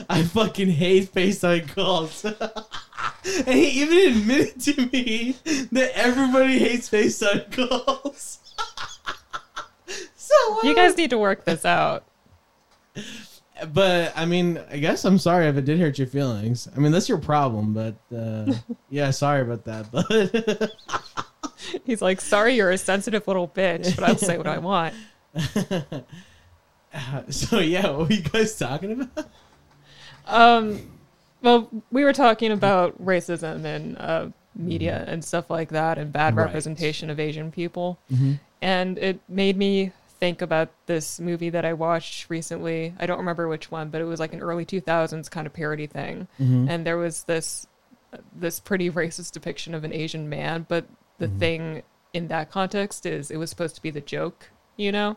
[SPEAKER 4] I fucking hate FaceTime calls. and he even admitted to me that everybody hates FaceTime calls. so what?
[SPEAKER 2] You guys need to work this out.
[SPEAKER 4] But I mean, I guess I'm sorry if it did hurt your feelings. I mean, that's your problem. But uh, yeah, sorry about that. But.
[SPEAKER 2] He's like, sorry, you're a sensitive little bitch, but I'll say what I want.
[SPEAKER 4] so yeah, what were you guys talking about?
[SPEAKER 2] Um, well, we were talking about racism and uh, media and stuff like that, and bad
[SPEAKER 4] Right.
[SPEAKER 2] representation of Asian people, and it made me think about this movie that I watched recently. I don't remember which one, but it was like an early two thousands kind of parody thing, and there was this this pretty racist depiction of an Asian man, but the thing in that context is it was supposed to be the joke, you know.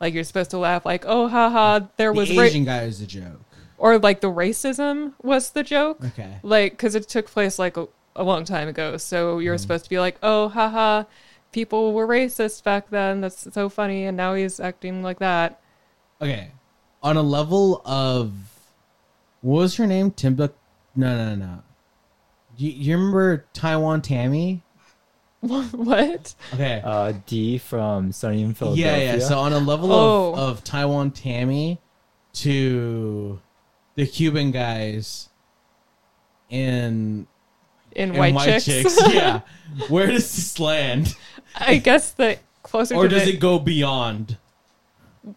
[SPEAKER 2] Like you're supposed to laugh, like "oh, haha, there was ra-
[SPEAKER 4] guy is a joke.
[SPEAKER 2] or like the racism was the joke.
[SPEAKER 4] Okay.
[SPEAKER 2] Like, because it took place like a, a long time ago. So
[SPEAKER 4] Mm-hmm.
[SPEAKER 2] you're supposed to be like, oh, haha, people were racist back then. That's so funny. And now he's acting like that.
[SPEAKER 4] Okay, on a level of what was her name? Timbuk? No, no, no. Do you, you remember Taiwan Tammy?
[SPEAKER 2] what?
[SPEAKER 4] Okay.
[SPEAKER 5] Uh, D from Sunny in
[SPEAKER 4] yeah,
[SPEAKER 5] Philadelphia.
[SPEAKER 4] yeah. So on a level
[SPEAKER 2] Oh.
[SPEAKER 4] of, of Taiwan Tammy to the Cuban guys in,
[SPEAKER 2] In,
[SPEAKER 4] in
[SPEAKER 2] white, chicks?
[SPEAKER 4] yeah. Where does this land?
[SPEAKER 2] I guess the closer
[SPEAKER 4] or
[SPEAKER 2] to
[SPEAKER 4] does
[SPEAKER 2] the,
[SPEAKER 4] it go beyond?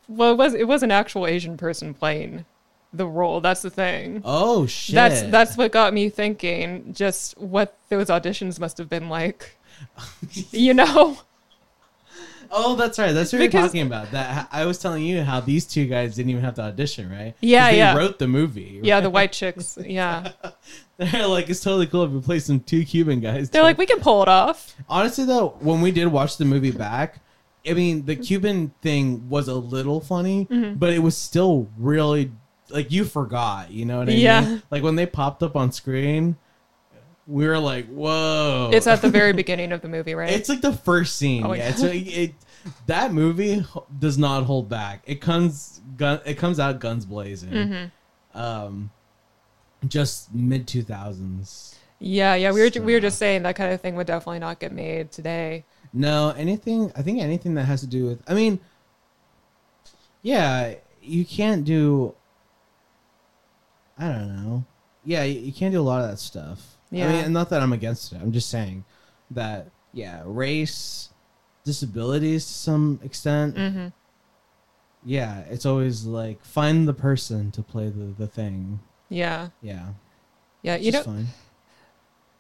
[SPEAKER 2] well it was it was an actual asian person playing the role that's the thing
[SPEAKER 4] Oh shit!
[SPEAKER 2] that's that's what got me thinking just what those auditions must have been like you know
[SPEAKER 4] oh, that's right. That's what you're
[SPEAKER 2] Because-
[SPEAKER 4] talking about. That I was telling you how these two guys didn't even have to audition, right? 'Cause
[SPEAKER 2] Yeah,
[SPEAKER 4] they
[SPEAKER 2] yeah.
[SPEAKER 4] Wrote the movie.
[SPEAKER 2] yeah the white chicks yeah
[SPEAKER 4] They're like, it's totally cool if we play some two Cuban guys.
[SPEAKER 2] they're like we can pull it off
[SPEAKER 4] honestly though, when we did watch the movie back, I mean, the Cuban thing was a little funny,
[SPEAKER 2] Mm-hmm.
[SPEAKER 4] but it was still really like you forgot. You know what I
[SPEAKER 2] Yeah.
[SPEAKER 4] mean? Like when they popped up on screen, we were like, "Whoa!"
[SPEAKER 2] it's at the very beginning of the movie right
[SPEAKER 4] It's like the first scene.
[SPEAKER 2] Oh my
[SPEAKER 4] yeah,
[SPEAKER 2] God.
[SPEAKER 4] it's like, it. That movie ho- does not hold back. It comes gun. It comes out guns blazing.
[SPEAKER 2] Mm-hmm.
[SPEAKER 4] Um, just mid two thousands.
[SPEAKER 2] yeah yeah we were, ju- we were
[SPEAKER 4] So-
[SPEAKER 2] just saying that kind of thing would definitely not get made today
[SPEAKER 4] No, anything. I think anything that has to do with. I mean, yeah, you can't do. I don't know. Yeah, you, you can't do a lot of that stuff.
[SPEAKER 2] Yeah.
[SPEAKER 4] I mean, not that I'm against it. I'm just saying that yeah, race, disabilities to some extent.
[SPEAKER 2] hmm
[SPEAKER 4] Yeah, it's always like find the person to play the the thing.
[SPEAKER 2] yeah
[SPEAKER 4] Yeah,
[SPEAKER 2] yeah
[SPEAKER 4] it's
[SPEAKER 2] you know
[SPEAKER 4] just Mm-hmm. fine.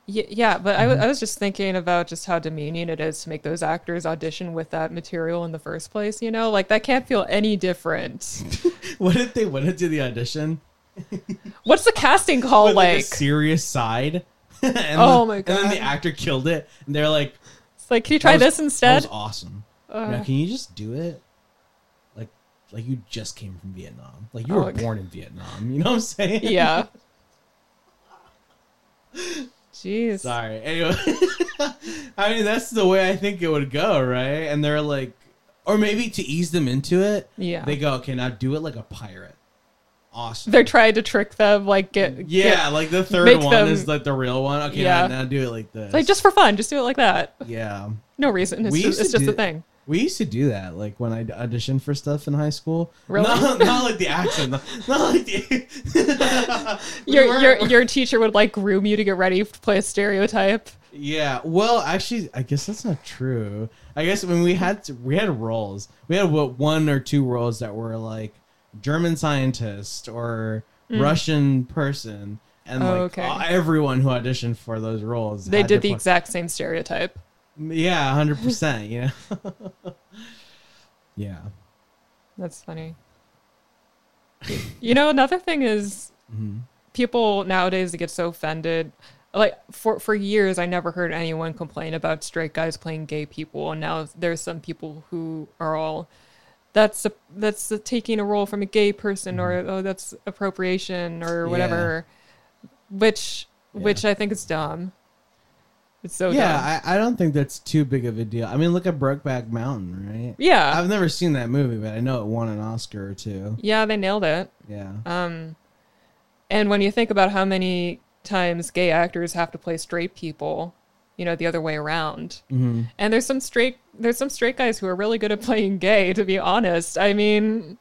[SPEAKER 2] Y- yeah, but I, w- I was just thinking about just how demeaning it is to make those actors audition with that material in the first place. You know, like that can't feel any different.
[SPEAKER 4] What if they went into the audition?
[SPEAKER 2] What's the casting call
[SPEAKER 4] with, like,
[SPEAKER 2] Oh, like?
[SPEAKER 4] a serious side. and
[SPEAKER 2] Oh
[SPEAKER 4] the-
[SPEAKER 2] my
[SPEAKER 4] And then
[SPEAKER 2] God.
[SPEAKER 4] the actor killed it, and they're like,
[SPEAKER 2] It's like, can you try
[SPEAKER 4] "That was-
[SPEAKER 2] this instead?
[SPEAKER 4] That was awesome.
[SPEAKER 2] Uh,
[SPEAKER 4] now, can you just do it? Like, like you just came from Vietnam. Like you
[SPEAKER 2] Oh,
[SPEAKER 4] were
[SPEAKER 2] okay.
[SPEAKER 4] born in Vietnam. You know what I'm saying?
[SPEAKER 2] yeah. Jeez.
[SPEAKER 4] Sorry. Anyway, I mean that's the way I think it would go, right? And they're like, or maybe to ease them into it,
[SPEAKER 2] Yeah.
[SPEAKER 4] they go, okay, now do it like a pirate. Awesome.
[SPEAKER 2] They're trying to trick them, like get
[SPEAKER 4] yeah,
[SPEAKER 2] get-
[SPEAKER 4] like the third
[SPEAKER 2] make
[SPEAKER 4] one
[SPEAKER 2] them-
[SPEAKER 4] is like the real one. Okay,
[SPEAKER 2] Yeah.
[SPEAKER 4] now, now do it like this.
[SPEAKER 2] like just for fun, just do it like that.
[SPEAKER 4] yeah.
[SPEAKER 2] No reason. It's
[SPEAKER 4] We
[SPEAKER 2] just,
[SPEAKER 4] used
[SPEAKER 2] it's
[SPEAKER 4] to
[SPEAKER 2] just a
[SPEAKER 4] do-
[SPEAKER 2] thing.
[SPEAKER 4] We used to do that, like when I auditioned for stuff in high school.
[SPEAKER 2] Really?
[SPEAKER 4] Not, not like the accent, not, not like the. We
[SPEAKER 2] Your
[SPEAKER 4] were-
[SPEAKER 2] your your teacher would like groom you to get ready to play a stereotype.
[SPEAKER 4] Yeah. Well, actually, I guess that's not true. I guess when we had to, we had roles, we had what one or two roles that were like German scientist or Russian person, and
[SPEAKER 2] Oh,
[SPEAKER 4] like
[SPEAKER 2] Hmm. okay.
[SPEAKER 4] all- everyone who auditioned for those roles,
[SPEAKER 2] They
[SPEAKER 4] had
[SPEAKER 2] did
[SPEAKER 4] to
[SPEAKER 2] the
[SPEAKER 4] play-
[SPEAKER 2] exact same stereotype.
[SPEAKER 4] Yeah, hundred percent. You know. yeah.
[SPEAKER 2] That's funny. you know, another thing is
[SPEAKER 4] Mm-hmm.
[SPEAKER 2] people nowadays they get so offended. Like for for years, I never heard anyone complain about straight guys playing gay people, and now there's some people who are all that's a, that's a, taking a role from a gay person,
[SPEAKER 4] Mm-hmm.
[SPEAKER 2] or oh, that's appropriation, or whatever. Which
[SPEAKER 4] Yeah.
[SPEAKER 2] which I think is dumb. It's so dumb.
[SPEAKER 4] yeah, I, I don't think that's too big of a deal. I mean, look at Brokeback Mountain, right?
[SPEAKER 2] yeah,
[SPEAKER 4] I've never seen that movie, but I know it won an Oscar or two.
[SPEAKER 2] yeah, they nailed it.
[SPEAKER 4] Yeah.
[SPEAKER 2] Um, and when you think about how many times gay actors have to play straight people, you know, the other way around.
[SPEAKER 4] hmm
[SPEAKER 2] And there's some straight there's some straight guys who are really good at playing gay. To be honest, I mean,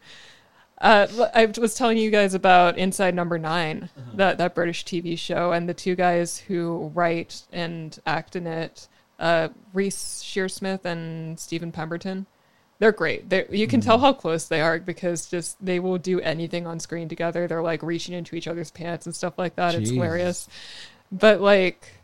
[SPEAKER 2] uh, l- I was telling you guys about Inside Number 9 that that British TV show, and the two guys who write and act in it, uh, Reese Shearsmith and Stephen Pemberton. They're great. They're, you can tell how close they are because just they will do anything on screen together. They're like reaching into each other's pants and stuff like that. It's
[SPEAKER 4] Jesus.
[SPEAKER 2] hilarious. But like,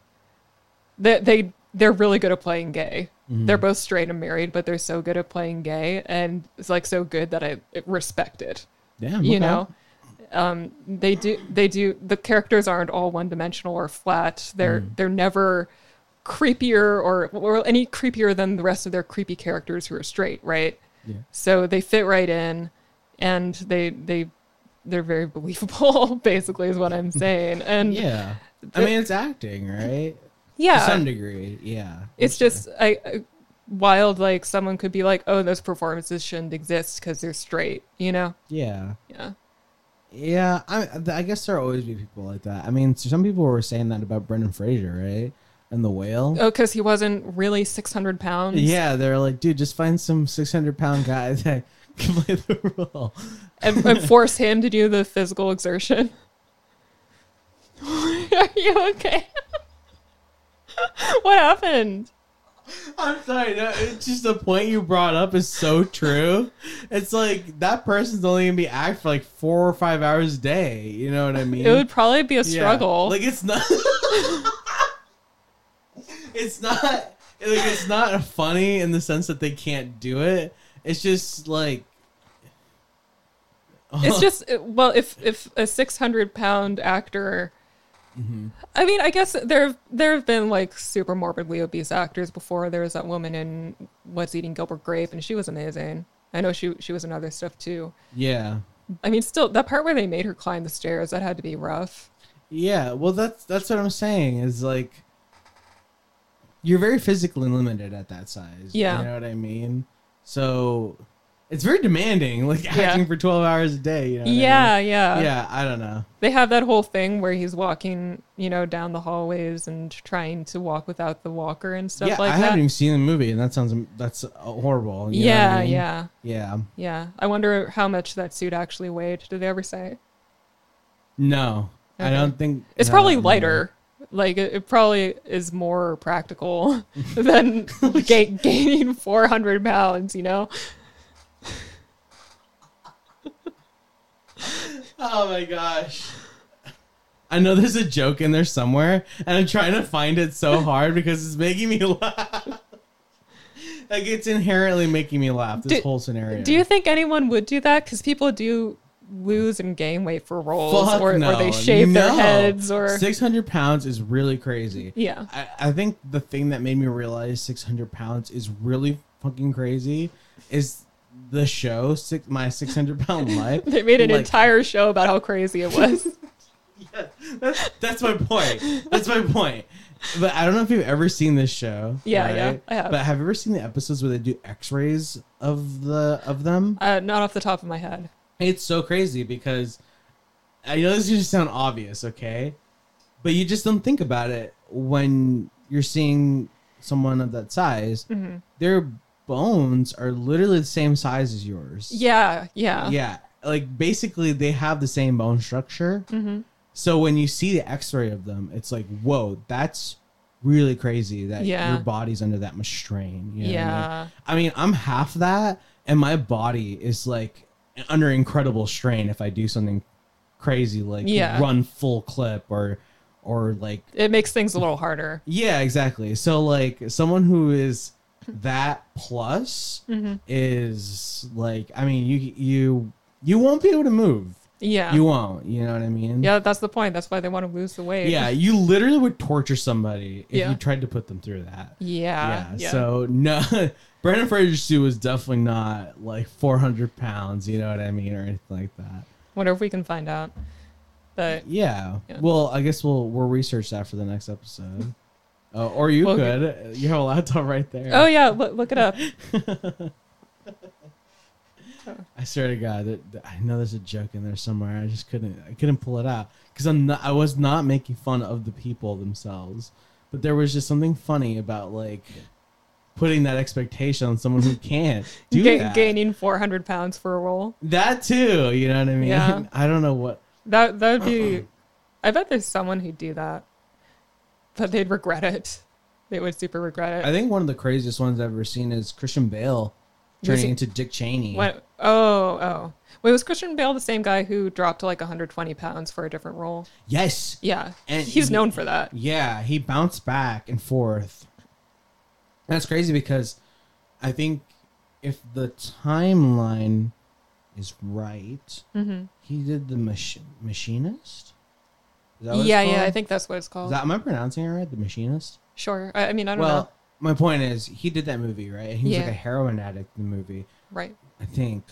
[SPEAKER 2] they they they're really good at playing gay.
[SPEAKER 4] Mm-hmm.
[SPEAKER 2] They're both straight and married, but they're so good at playing gay, and it's like so good that I respect it.
[SPEAKER 4] Damn.
[SPEAKER 2] You
[SPEAKER 4] Mm-hmm. okay.
[SPEAKER 2] know, um, they do they do the characters aren't all one dimensional or flat. They're
[SPEAKER 4] Mm-hmm.
[SPEAKER 2] they're never creepier or or any creepier than the rest of their creepy characters who are straight, right?
[SPEAKER 4] Yeah.
[SPEAKER 2] So they fit right in, and they they they're very believable. Basically, is what I'm saying. And yeah,
[SPEAKER 4] Yeah. I mean, it's acting, right? To some degree. Yeah.
[SPEAKER 2] it's just I, I wild like someone could be like oh those performances shouldn't exist because they're straight you know
[SPEAKER 4] Yeah.
[SPEAKER 2] yeah
[SPEAKER 4] Yeah. I, I guess there'll always be people like that. I mean, some people were saying that about Brendan Fraser, right? And the whale.
[SPEAKER 2] oh because he wasn't really 600 pounds
[SPEAKER 4] Yeah, they're like, dude, just find some 600 pound guy that can play the role.
[SPEAKER 2] and, and force him to do the physical exertion are you okay what happened
[SPEAKER 4] I'm sorry. No, it's just the point you brought up is so true. It's like that person's only gonna be act for like four or five hours a day. You know what I mean?
[SPEAKER 2] It would probably be a
[SPEAKER 4] Yeah.
[SPEAKER 2] struggle.
[SPEAKER 4] Like it's not. it's not. Like it's not funny in the sense that they can't do it. It's just like.
[SPEAKER 2] it's just it- well, if if a six hundred pound actor,
[SPEAKER 4] Mhm.
[SPEAKER 2] I mean, I guess there have- there have been like super morbidly obese actors before. There was that woman in What's Eating Gilbert Grape, and she was amazing. I know she she was in other stuff too.
[SPEAKER 4] yeah.
[SPEAKER 2] I mean, still that part where they made her climb the stairs that had to be rough.
[SPEAKER 4] Yeah, well, that's that's what I'm saying. Is like you're very physically limited at that size.
[SPEAKER 2] Yeah.
[SPEAKER 4] you know what I mean. So it's very demanding, like
[SPEAKER 2] Yeah.
[SPEAKER 4] acting for 12 hours a day. You know what I mean?
[SPEAKER 2] Yeah, yeah,
[SPEAKER 4] yeah. I don't know.
[SPEAKER 2] They have that whole thing where he's walking, you know, down the hallways and trying to walk without the walker and stuff
[SPEAKER 4] yeah,
[SPEAKER 2] like
[SPEAKER 4] I
[SPEAKER 2] that.
[SPEAKER 4] haven't even seen the movie, and that sounds that's uh, horrible. you know what
[SPEAKER 2] yeah,
[SPEAKER 4] I mean?
[SPEAKER 2] yeah,
[SPEAKER 4] yeah.
[SPEAKER 2] yeah. I wonder how much that suit actually weighed. Did they ever say?
[SPEAKER 4] No, I
[SPEAKER 2] Okay.
[SPEAKER 4] don't think
[SPEAKER 2] It's
[SPEAKER 4] no,
[SPEAKER 2] probably
[SPEAKER 4] no.
[SPEAKER 2] lighter. Like it, it probably is more practical than ga- gaining 400 pounds. You know,
[SPEAKER 4] Oh my gosh. I know there's a joke in there somewhere, and I'm trying to find it so hard because it's making me laugh. like it's inherently making me laugh. This
[SPEAKER 2] Do-
[SPEAKER 4] whole scenario.
[SPEAKER 2] do you think anyone would do that? Because people do lose and gain weight for roles,
[SPEAKER 4] Fuck
[SPEAKER 2] or,
[SPEAKER 4] no.
[SPEAKER 2] or they shave their
[SPEAKER 4] No.
[SPEAKER 2] heads, or
[SPEAKER 4] 600 pounds is really crazy.
[SPEAKER 2] yeah,
[SPEAKER 4] I, I think the thing that made me realize 600 pounds is really fucking crazy is the show six my 600 pound life.
[SPEAKER 2] they made an
[SPEAKER 4] Like,
[SPEAKER 2] entire show about how crazy it was.
[SPEAKER 4] That's, that's my point. That's my point. But I don't know if you've ever seen this show.
[SPEAKER 2] Yeah, yeah, I have.
[SPEAKER 4] But have you ever seen the episodes where they do X-rays of the of them?
[SPEAKER 2] Uh, not off the top of my head.
[SPEAKER 4] It's so crazy because I know this is just sound obvious, okay? But you just don't think about it when you're seeing someone of that size.
[SPEAKER 2] Mm-hmm.
[SPEAKER 4] Their bones are literally the same size as yours.
[SPEAKER 2] Yeah, yeah,
[SPEAKER 4] Yeah. Like basically they have the same bone structure.
[SPEAKER 2] Mhm.
[SPEAKER 4] So when you see the x-ray of them, it's like, whoa, that's really crazy that
[SPEAKER 2] Yeah.
[SPEAKER 4] your body's under that much strain. you know what I mean?
[SPEAKER 2] yeah.
[SPEAKER 4] I mean, I'm half that and my body is like under incredible strain if I do something crazy like
[SPEAKER 2] Yeah.
[SPEAKER 4] run full clip or or like
[SPEAKER 2] It makes things a little harder.
[SPEAKER 4] yeah, exactly. So like someone who is that plus
[SPEAKER 2] Mm-hmm.
[SPEAKER 4] is like I mean you you you won't be able to move.
[SPEAKER 2] Yeah,
[SPEAKER 4] You won't. You know what I mean?
[SPEAKER 2] yeah. That's the point. That's why they want to lose the weight.
[SPEAKER 4] Yeah. You literally would torture somebody if
[SPEAKER 2] Yeah.
[SPEAKER 4] you tried to put them through that.
[SPEAKER 2] yeah, yeah.
[SPEAKER 4] So no, Brandon Fraser Sue was definitely not like 400 pounds. You know what I mean, or anything like that.
[SPEAKER 2] wonder if we can find out. But
[SPEAKER 4] Yeah.
[SPEAKER 2] Yeah.
[SPEAKER 4] Well, I guess we'll we'll research that for the next episode. Uh, or you
[SPEAKER 2] Well,
[SPEAKER 4] could. You have a laptop right there.
[SPEAKER 2] oh yeah, look, look it up.
[SPEAKER 4] I swear to God, that, that- I know there's a joke in there somewhere. I just couldn't, I couldn't pull it out because I'm not, I was not making fun of the people themselves, but there was just something funny about like putting that expectation on someone who can't do
[SPEAKER 2] Ga-
[SPEAKER 4] that.
[SPEAKER 2] Gaining 400 pounds for a role.
[SPEAKER 4] that too, you know what I mean?
[SPEAKER 2] Yeah.
[SPEAKER 4] I don't know what.
[SPEAKER 2] That that would
[SPEAKER 4] Uh-uh.
[SPEAKER 2] be. I bet there's someone who'd do that, but they'd regret it. They would super regret it.
[SPEAKER 4] I think one of the craziest ones I've ever seen is Christian Bale
[SPEAKER 2] Was
[SPEAKER 4] turning
[SPEAKER 2] he-
[SPEAKER 4] into Dick Cheney.
[SPEAKER 2] What? Oh, oh. Wait, was Christian Bale the same guy who dropped like 120 pounds for a different role?
[SPEAKER 4] Yes.
[SPEAKER 2] Yeah,
[SPEAKER 4] And
[SPEAKER 2] he's
[SPEAKER 4] he-
[SPEAKER 2] known for that.
[SPEAKER 4] Yeah, he bounced back and forth. That's crazy because I think if the timeline is right,
[SPEAKER 2] Mm-hmm.
[SPEAKER 4] he did the mach- machinist. Is that what it's
[SPEAKER 2] Yeah, yeah.
[SPEAKER 4] called?
[SPEAKER 2] I think that's what it's
[SPEAKER 4] Is
[SPEAKER 2] called.
[SPEAKER 4] that, am I pronouncing it right? The machinist.
[SPEAKER 2] Sure. I, I mean, I don't
[SPEAKER 4] Well,
[SPEAKER 2] know.
[SPEAKER 4] my point is, he did that movie right. And he was
[SPEAKER 2] Yeah.
[SPEAKER 4] like a heroin addict in the movie,
[SPEAKER 2] Right.
[SPEAKER 4] I think,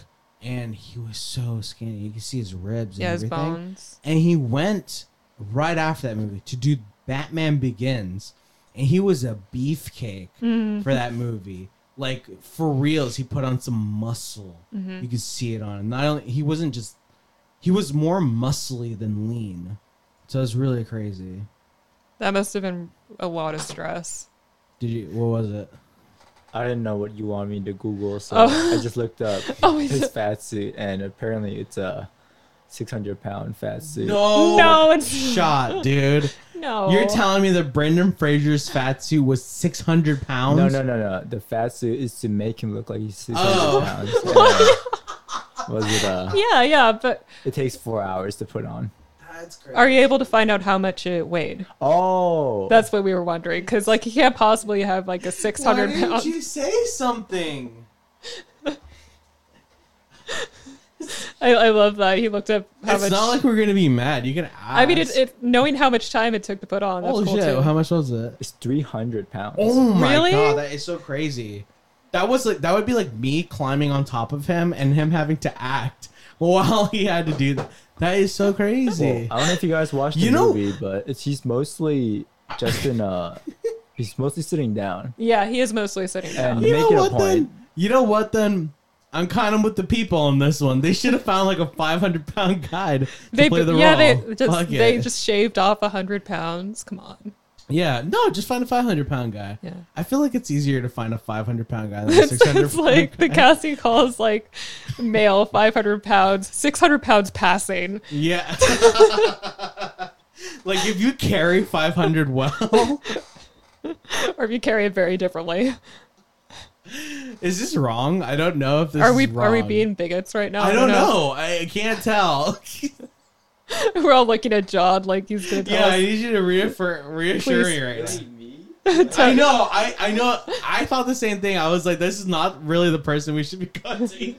[SPEAKER 4] and he was so skinny. You can see his ribs.
[SPEAKER 2] Yeah,
[SPEAKER 4] and
[SPEAKER 2] his
[SPEAKER 4] everything
[SPEAKER 2] bones.
[SPEAKER 4] and he went right after that movie to do Batman Begins, and he was a beefcake
[SPEAKER 2] Mm-hmm.
[SPEAKER 4] for that movie. Like for reals, he put on some muscle.
[SPEAKER 2] Mm-hmm.
[SPEAKER 4] You could see it on him. Not only he wasn't just he was more muscly than lean, so it's really crazy.
[SPEAKER 2] That must have been a lot of stress.
[SPEAKER 4] Did you? What was it?
[SPEAKER 5] I didn't know what you wanted me to Google, so
[SPEAKER 2] Oh.
[SPEAKER 5] I just looked up
[SPEAKER 2] Oh, is
[SPEAKER 5] his
[SPEAKER 2] it-
[SPEAKER 5] fat suit, and apparently it's a 600 pound fat suit.
[SPEAKER 2] No, it's Oh.
[SPEAKER 4] shot, dude.
[SPEAKER 2] No.
[SPEAKER 4] You're telling me that Brendan Fraser's fat suit was 600 pounds?
[SPEAKER 5] No, no, no, no. The fat suit is to make him look like he's 600
[SPEAKER 4] Oh.
[SPEAKER 5] pounds. And, uh, was it, uh,
[SPEAKER 2] Yeah, yeah, but
[SPEAKER 5] It takes four hours to put on.
[SPEAKER 4] That's crazy.
[SPEAKER 2] are you able to find out how much it weighed?
[SPEAKER 5] Oh,
[SPEAKER 2] That's what we were wondering, because like you can't possibly have like a six hundred
[SPEAKER 4] Why didn't
[SPEAKER 2] pound.
[SPEAKER 4] you say something?
[SPEAKER 2] I, I love that he looked up how
[SPEAKER 4] it's
[SPEAKER 2] much.
[SPEAKER 4] not like we're gonna be mad. You can ask.
[SPEAKER 2] I mean, it, it knowing how much time it took to put on. That's
[SPEAKER 4] Holy
[SPEAKER 2] cool
[SPEAKER 4] shit!
[SPEAKER 2] too.
[SPEAKER 4] How much was it?
[SPEAKER 5] it's 300 pounds.
[SPEAKER 4] Oh my
[SPEAKER 2] Really?
[SPEAKER 4] god, that is so crazy. That was like that would be like me climbing on top of him and him having to act while he had to do that. That is so
[SPEAKER 5] Well,
[SPEAKER 4] crazy.
[SPEAKER 5] I don't know if you guys watched the
[SPEAKER 4] You know-
[SPEAKER 5] movie, but it's he's mostly just in uh he's mostly sitting down.
[SPEAKER 2] yeah, he is mostly sitting down.
[SPEAKER 5] And-
[SPEAKER 4] you
[SPEAKER 5] make
[SPEAKER 4] know
[SPEAKER 5] it a
[SPEAKER 4] what
[SPEAKER 5] point.
[SPEAKER 4] then? You know what then? I'm kind of with the people on this one. They should have found like a 500 pound guide to
[SPEAKER 2] They
[SPEAKER 4] play the
[SPEAKER 2] yeah,
[SPEAKER 4] role.
[SPEAKER 2] they just
[SPEAKER 4] Fuck it.
[SPEAKER 2] they just shaved off hundred pounds. Come on.
[SPEAKER 4] yeah. No, just find a 500 pound guy.
[SPEAKER 2] Yeah.
[SPEAKER 4] I feel like it's easier to find a 500 pound guy than a
[SPEAKER 2] It's,
[SPEAKER 4] 600
[SPEAKER 2] it's like the
[SPEAKER 4] pound guy.
[SPEAKER 2] casting call is like male, 500 pounds, 600 pounds passing.
[SPEAKER 4] Yeah. like if you carry 500 well,
[SPEAKER 2] Or if you carry it very differently.
[SPEAKER 4] is this wrong? I don't know if this
[SPEAKER 2] are we
[SPEAKER 4] is
[SPEAKER 2] are we
[SPEAKER 4] wrong.
[SPEAKER 2] being bigots right now?
[SPEAKER 4] I don't know. I I can't tell.
[SPEAKER 2] know. We're all looking at John like he's gonna tell
[SPEAKER 4] yeah, I
[SPEAKER 2] us.
[SPEAKER 4] need you to reaffir- reassure
[SPEAKER 2] Please.
[SPEAKER 4] me right now.
[SPEAKER 1] me?
[SPEAKER 4] I know. I, I know. I thought the same thing. I was like, this is not really the person we should be contacting.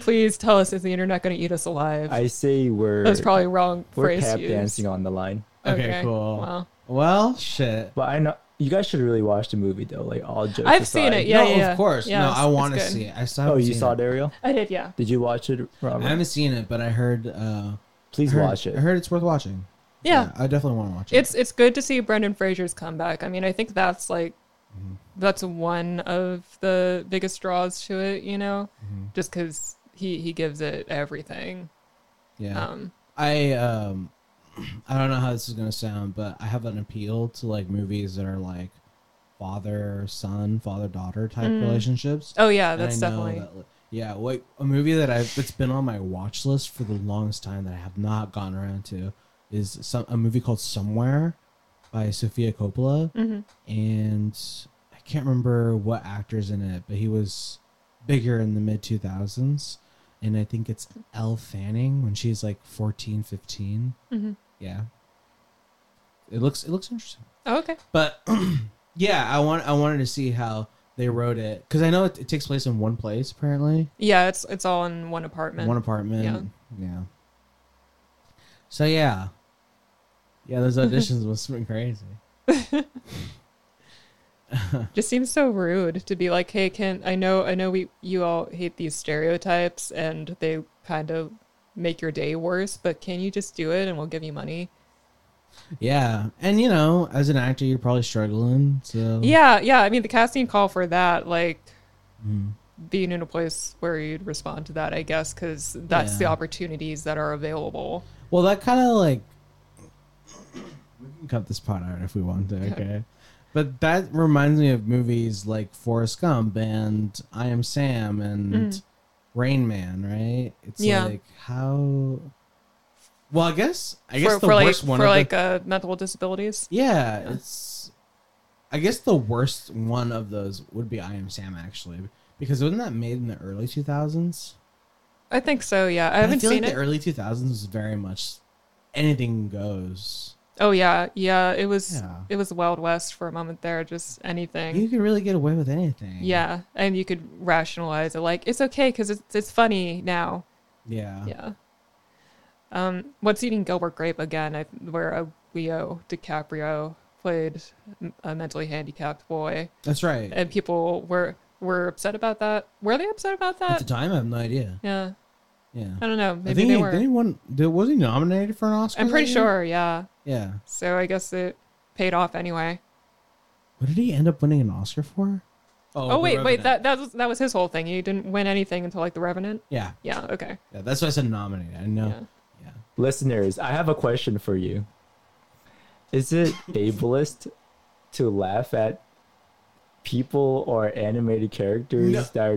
[SPEAKER 2] Please tell us, is the internet gonna eat us alive?
[SPEAKER 5] I say we're
[SPEAKER 2] That's probably a wrong
[SPEAKER 5] we're
[SPEAKER 2] phrase.
[SPEAKER 5] tap
[SPEAKER 2] to use.
[SPEAKER 5] dancing on the line.
[SPEAKER 4] Okay, cool.
[SPEAKER 2] Wow.
[SPEAKER 4] Well, shit.
[SPEAKER 5] But I know you guys should really watch the movie though. Like all jokes.
[SPEAKER 2] I've seen
[SPEAKER 5] aside.
[SPEAKER 2] it, yeah.
[SPEAKER 4] no, of course.
[SPEAKER 2] Yeah,
[SPEAKER 4] no,
[SPEAKER 2] it's-
[SPEAKER 4] I
[SPEAKER 2] it's
[SPEAKER 4] want to
[SPEAKER 2] good.
[SPEAKER 4] see it. I saw.
[SPEAKER 5] Oh, you saw it, Ariel?
[SPEAKER 2] I did, yeah.
[SPEAKER 5] Did you watch it, Robert?
[SPEAKER 4] I haven't seen it, but I heard. Uh,
[SPEAKER 5] Please
[SPEAKER 4] heard-
[SPEAKER 5] watch it.
[SPEAKER 4] I heard it's worth watching.
[SPEAKER 2] Yeah.
[SPEAKER 4] I definitely want to watch it.
[SPEAKER 2] It's it's good to see Brendan Fraser's comeback. I mean, I think that's like
[SPEAKER 4] Mm-hmm.
[SPEAKER 2] that's one of the biggest draws to it, you know,
[SPEAKER 4] Mm-hmm.
[SPEAKER 2] just because he he gives it everything.
[SPEAKER 4] yeah.
[SPEAKER 2] Um,
[SPEAKER 4] I um I don't know how this is gonna sound, but I have an appeal to like movies that are like father son, father daughter type relationships.
[SPEAKER 2] oh yeah,
[SPEAKER 4] And
[SPEAKER 2] that's
[SPEAKER 4] I know
[SPEAKER 2] definitely.
[SPEAKER 4] that, like, yeah, like a movie that I've that's been on my watch list for the longest time that I have not gotten around to is some a movie called Somewhere by Sofia Coppola,
[SPEAKER 2] Mm-hmm.
[SPEAKER 4] and I can't remember what actors in it, but he was bigger in the mid two thousands, and I think it's Elle Fanning when she's like 14, 15.
[SPEAKER 2] Mm-hmm.
[SPEAKER 4] Yeah, it looks it looks interesting
[SPEAKER 2] Oh, okay.
[SPEAKER 4] but yeah i want i wanted to see how they wrote it because i know it, it takes place in one place apparently
[SPEAKER 2] Yeah, it's it's all in one apartment.
[SPEAKER 4] one apartment yeah. so yeah yeah those auditions was something crazy
[SPEAKER 2] Just seems so rude to be like, hey, Kent, I know I know we you all hate these stereotypes and they kind of make your day worse, but can you just do it and we'll give you money?
[SPEAKER 4] yeah and you know as an actor you're probably struggling so
[SPEAKER 2] Yeah, yeah. I mean, the casting call for that, like
[SPEAKER 4] Mm-hmm.
[SPEAKER 2] being in a place where you'd respond to that, I guess, because that's the
[SPEAKER 4] Yeah.
[SPEAKER 2] opportunities that are available.
[SPEAKER 4] well that kind of like we can cut this part out if we want to okay but that reminds me of movies like forrest gump and i am sam and Rain Man, right? It's
[SPEAKER 2] Mm. Yeah.
[SPEAKER 4] like how Well, I guess I guess
[SPEAKER 2] for
[SPEAKER 4] the
[SPEAKER 2] for
[SPEAKER 4] worst
[SPEAKER 2] like
[SPEAKER 4] one
[SPEAKER 2] for
[SPEAKER 4] of
[SPEAKER 2] like
[SPEAKER 4] the,
[SPEAKER 2] uh, mental disabilities.
[SPEAKER 4] Yeah, it's I guess the worst one of those would be I Am Sam actually. Because wasn't that made in the early two thousands?
[SPEAKER 2] I think so. Yeah, I haven't
[SPEAKER 4] feel
[SPEAKER 2] seen
[SPEAKER 4] like
[SPEAKER 2] it.
[SPEAKER 4] the early two thousands was very much anything goes.
[SPEAKER 2] oh yeah, yeah. It was
[SPEAKER 4] Yeah.
[SPEAKER 2] it was the Wild West for a moment there. Just anything.
[SPEAKER 4] You could really get away with anything.
[SPEAKER 2] yeah, and you could rationalize it like it's okay because it's it's funny now.
[SPEAKER 4] Yeah.
[SPEAKER 2] Yeah. Um, what's eating Gilbert Grape again? I, where uh, Leo DiCaprio played a mentally handicapped boy,
[SPEAKER 4] That's right.
[SPEAKER 2] and people were were upset about that. Were they upset about
[SPEAKER 4] At the
[SPEAKER 2] that?
[SPEAKER 4] time I have no idea.
[SPEAKER 2] Yeah,
[SPEAKER 4] Yeah.
[SPEAKER 2] I don't know.
[SPEAKER 4] I
[SPEAKER 2] uh, Maybe
[SPEAKER 4] think
[SPEAKER 2] they
[SPEAKER 4] he,
[SPEAKER 2] were.
[SPEAKER 4] did he won, did, was he nominated for an Oscar?
[SPEAKER 2] I'm pretty
[SPEAKER 4] that year?
[SPEAKER 2] sure. Yeah.
[SPEAKER 4] Yeah.
[SPEAKER 2] So I guess it paid off anyway.
[SPEAKER 4] What did he end up winning an Oscar for?
[SPEAKER 2] Oh,
[SPEAKER 4] The
[SPEAKER 2] wait, wait.
[SPEAKER 4] Revenant.
[SPEAKER 2] That that was that was his whole thing. He didn't win anything until like The Revenant.
[SPEAKER 4] Yeah,
[SPEAKER 2] Yeah. Okay.
[SPEAKER 4] yeah. That's why I said nominated. I know.
[SPEAKER 2] Yeah.
[SPEAKER 4] Yeah.
[SPEAKER 5] Listeners, I have a question for you. Is it ableist to laugh at people or animated characters
[SPEAKER 4] No. Mm. Oh.
[SPEAKER 5] that are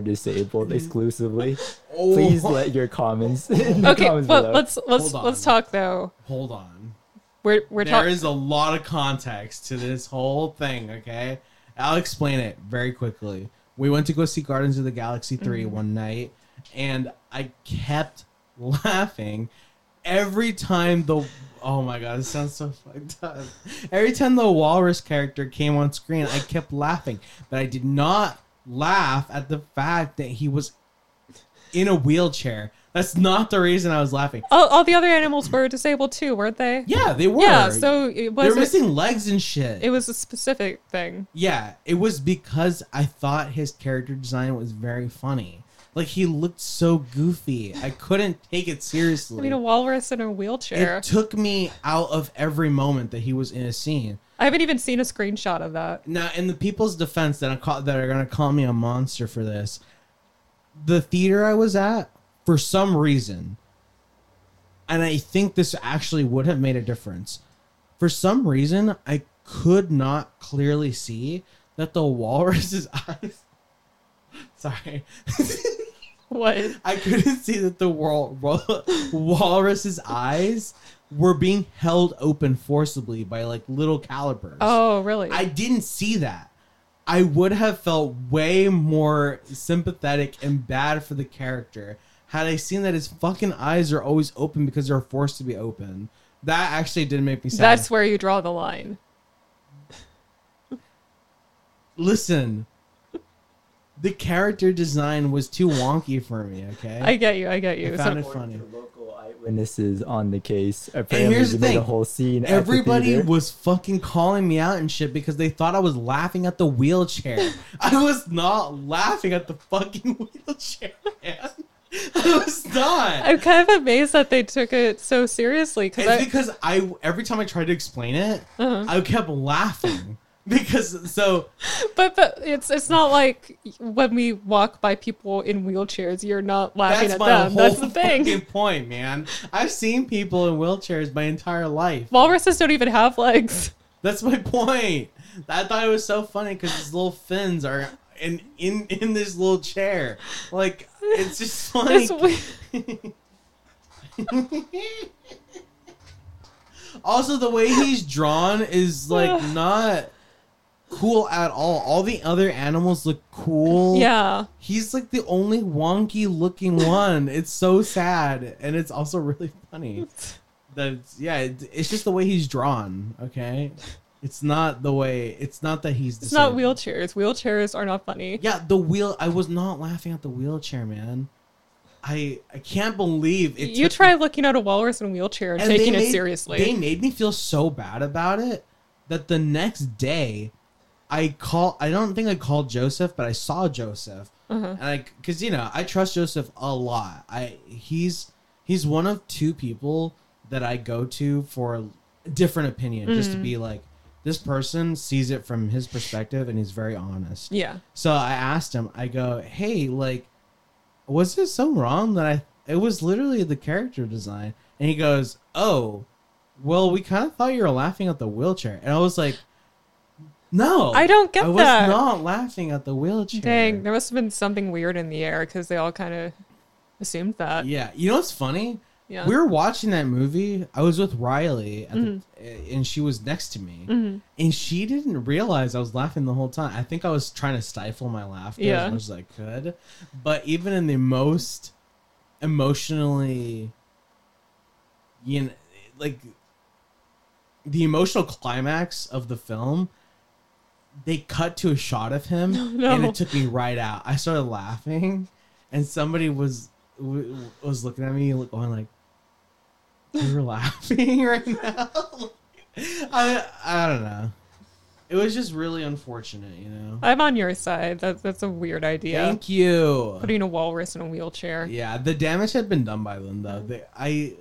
[SPEAKER 5] disabled exclusively?
[SPEAKER 2] Oh.
[SPEAKER 5] Please let your comments. in the
[SPEAKER 2] Okay.
[SPEAKER 5] comments
[SPEAKER 2] Well,
[SPEAKER 5] below.
[SPEAKER 2] let's let's
[SPEAKER 4] Hold
[SPEAKER 2] let's
[SPEAKER 4] on.
[SPEAKER 2] talk though.
[SPEAKER 4] hold on.
[SPEAKER 2] We're we're
[SPEAKER 4] There
[SPEAKER 2] talking.
[SPEAKER 4] is a lot of context to this whole thing, okay? I'll explain it very quickly. We went to go see Guardians of the Galaxy 3
[SPEAKER 2] Mm-hmm.
[SPEAKER 4] one night, and I kept laughing every time the. Oh my god, it sounds so fucked up. Every time the walrus character came on screen, I kept laughing, but I did not laugh at the fact that he was in a wheelchair. That's not the reason I was laughing.
[SPEAKER 2] All, all the other animals were disabled too, weren't they?
[SPEAKER 4] Yeah, they were.
[SPEAKER 2] Yeah, so it
[SPEAKER 4] they were
[SPEAKER 2] was
[SPEAKER 4] missing legs and shit.
[SPEAKER 2] it was a specific thing.
[SPEAKER 4] Yeah, it was because I thought his character design was very funny. Like he looked so goofy. I couldn't take it
[SPEAKER 2] I
[SPEAKER 4] seriously.
[SPEAKER 2] mean, a walrus in a wheelchair.
[SPEAKER 4] It took me out of every moment that he was in a scene.
[SPEAKER 2] I haven't even seen a screenshot of that.
[SPEAKER 4] Now, in the people's defense that I call, that are gonna call me a monster for this, the theater I was at, for some reason, and I think this actually would have made a difference. For some reason, I could not clearly see that the walrus's eyes. Sorry,
[SPEAKER 2] What?
[SPEAKER 4] I couldn't see that the wal- wal- walrus's eyes were being held open forcibly by like little calipers.
[SPEAKER 2] Oh, really?
[SPEAKER 4] I didn't see that. I would have felt way more sympathetic and bad for the character had I seen that his fucking eyes are always open because they're forced to be open. That actually did make me sad.
[SPEAKER 2] That's where you draw the line.
[SPEAKER 4] Listen, the character design was too wonky for me. Okay,
[SPEAKER 2] I get you. I get you.
[SPEAKER 4] I
[SPEAKER 2] So-
[SPEAKER 4] found it
[SPEAKER 5] According
[SPEAKER 4] funny.
[SPEAKER 5] to local eyewitnesses on the case. Apparently,
[SPEAKER 4] here's
[SPEAKER 5] they
[SPEAKER 4] the
[SPEAKER 5] made a
[SPEAKER 4] thing.
[SPEAKER 5] whole scene. at the
[SPEAKER 4] Everybody
[SPEAKER 5] theater.
[SPEAKER 4] was fucking calling me out and shit because they thought I was laughing at the wheelchair. I was not laughing at the fucking wheelchair, man. I was not.
[SPEAKER 2] I'm kind of amazed that they took it so seriously because
[SPEAKER 4] It's
[SPEAKER 2] I,
[SPEAKER 4] because I every time I tried to explain it,
[SPEAKER 2] Uh-huh.
[SPEAKER 4] I kept laughing because so
[SPEAKER 2] but but it's it's not like when we walk by people in wheelchairs, you're not laughing at
[SPEAKER 4] that's my
[SPEAKER 2] them.
[SPEAKER 4] whole
[SPEAKER 2] That's the thing.
[SPEAKER 4] fucking point, man. I've seen people in wheelchairs my entire life.
[SPEAKER 2] Walruses don't even have legs.
[SPEAKER 4] That's my point. I thought it was so funny because these little fins are in in in this little chair. Like it's just funny.
[SPEAKER 2] It's we-
[SPEAKER 4] also, the way he's drawn is like not cool at all. All the other animals look cool.
[SPEAKER 2] yeah.
[SPEAKER 4] He's like the only wonky looking one. It's so sad, and it's also really funny. That it's- yeah, it- it's just the way he's drawn. Okay, it's not the way. It's not that he's.
[SPEAKER 2] It's not
[SPEAKER 4] disabled.
[SPEAKER 2] wheelchairs. Wheelchairs are not funny.
[SPEAKER 4] Yeah, the wheel. I was not laughing at the wheelchair, man. I I can't believe it.
[SPEAKER 2] you
[SPEAKER 4] took-
[SPEAKER 2] try looking at a walrus in a wheelchair and,
[SPEAKER 4] and they
[SPEAKER 2] taking
[SPEAKER 4] made-
[SPEAKER 2] it seriously.
[SPEAKER 4] They made me feel so bad about it that the next day, I call. I don't think I called Joseph, but I saw Joseph,
[SPEAKER 2] Uh-huh.
[SPEAKER 4] and I because you know I trust Joseph a lot. I he's he's one of two people that I go to for a different opinion, just
[SPEAKER 2] Mm.
[SPEAKER 4] to be like this person sees it from his perspective and he's very honest.
[SPEAKER 2] yeah.
[SPEAKER 4] So I asked him, I go, hey, like, was this so wrong that I, it was literally the character design. And he goes, oh, well, we kind of thought you were laughing at the wheelchair. And I was like, no.
[SPEAKER 2] I don't get
[SPEAKER 4] I was
[SPEAKER 2] that.
[SPEAKER 4] not laughing at the wheelchair.
[SPEAKER 2] Dang, there must have been something weird in the air because they all kind of assumed that.
[SPEAKER 4] Yeah. You know what's funny?
[SPEAKER 2] Yeah.
[SPEAKER 4] We were watching that movie. I was with Riley, at
[SPEAKER 2] Mm-hmm.
[SPEAKER 4] the, and she was next to me, and she didn't realize I was laughing the whole time. I think I was trying to stifle my laughter
[SPEAKER 2] Yeah.
[SPEAKER 4] as much as I could, but even in the most emotionally, you know, like the emotional climax of the film. They cut to a shot of him, and
[SPEAKER 2] no.
[SPEAKER 4] it took me right out. I started laughing, and somebody was w- was looking at me, like, going like, "You're laughing right now." I I don't know. It was just really unfortunate, you know.
[SPEAKER 2] I'm on your side. That, that's a weird idea.
[SPEAKER 4] Thank you.
[SPEAKER 2] Putting a walrus in a wheelchair.
[SPEAKER 4] Yeah, the damage had been done by them though. They, I,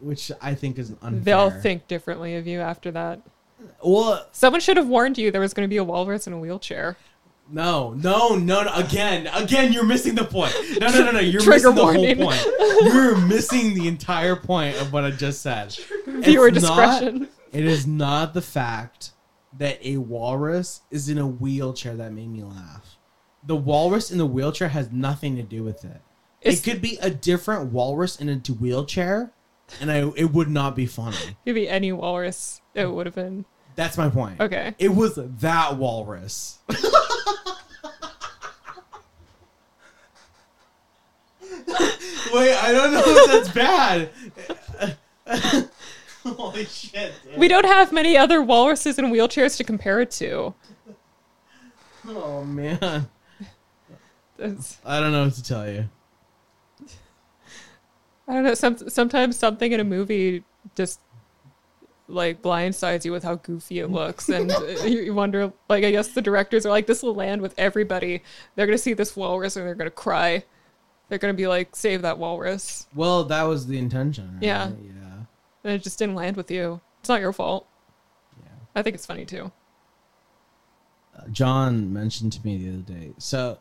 [SPEAKER 4] which I think is unfair.
[SPEAKER 2] They'll think differently of you after that.
[SPEAKER 4] Well,
[SPEAKER 2] Someone should have warned you there was going to be a walrus in a wheelchair.
[SPEAKER 4] no, no, no, no. Again, again, you're missing the point. No, no, no, no. You're
[SPEAKER 2] Trigger
[SPEAKER 4] missing
[SPEAKER 2] warning.
[SPEAKER 4] the whole point. You're missing the entire point of what I just said. It's
[SPEAKER 2] Viewer
[SPEAKER 4] not-
[SPEAKER 2] discretion.
[SPEAKER 4] it is not the fact that a walrus is in a wheelchair that made me laugh. The walrus in the wheelchair has nothing to do with it.
[SPEAKER 2] It's-
[SPEAKER 4] it could be a different walrus in a d- wheelchair and I it would not be funny.
[SPEAKER 2] It'd be any walrus. It would have been
[SPEAKER 4] That's my point.
[SPEAKER 2] okay.
[SPEAKER 4] It was that walrus. Wait, I don't know if that's bad. Holy shit, dude.
[SPEAKER 2] We don't have many other walruses in wheelchairs to compare it to.
[SPEAKER 4] Oh man.
[SPEAKER 2] That's-
[SPEAKER 4] I don't know what to tell you.
[SPEAKER 2] I don't know. Some, sometimes something in a movie just like blindsides you with how goofy it looks, and you you wonder. Like, I guess the directors are like, "This will land with everybody. They're gonna see this walrus and they're gonna cry. They're gonna be like, save that walrus.'"
[SPEAKER 4] Well, that was the intention, right?
[SPEAKER 2] Yeah.
[SPEAKER 4] Yeah.
[SPEAKER 2] And it just didn't land with you. It's not your fault.
[SPEAKER 4] Yeah.
[SPEAKER 2] I think it's funny too.
[SPEAKER 4] Uh, John mentioned to me the other day. So,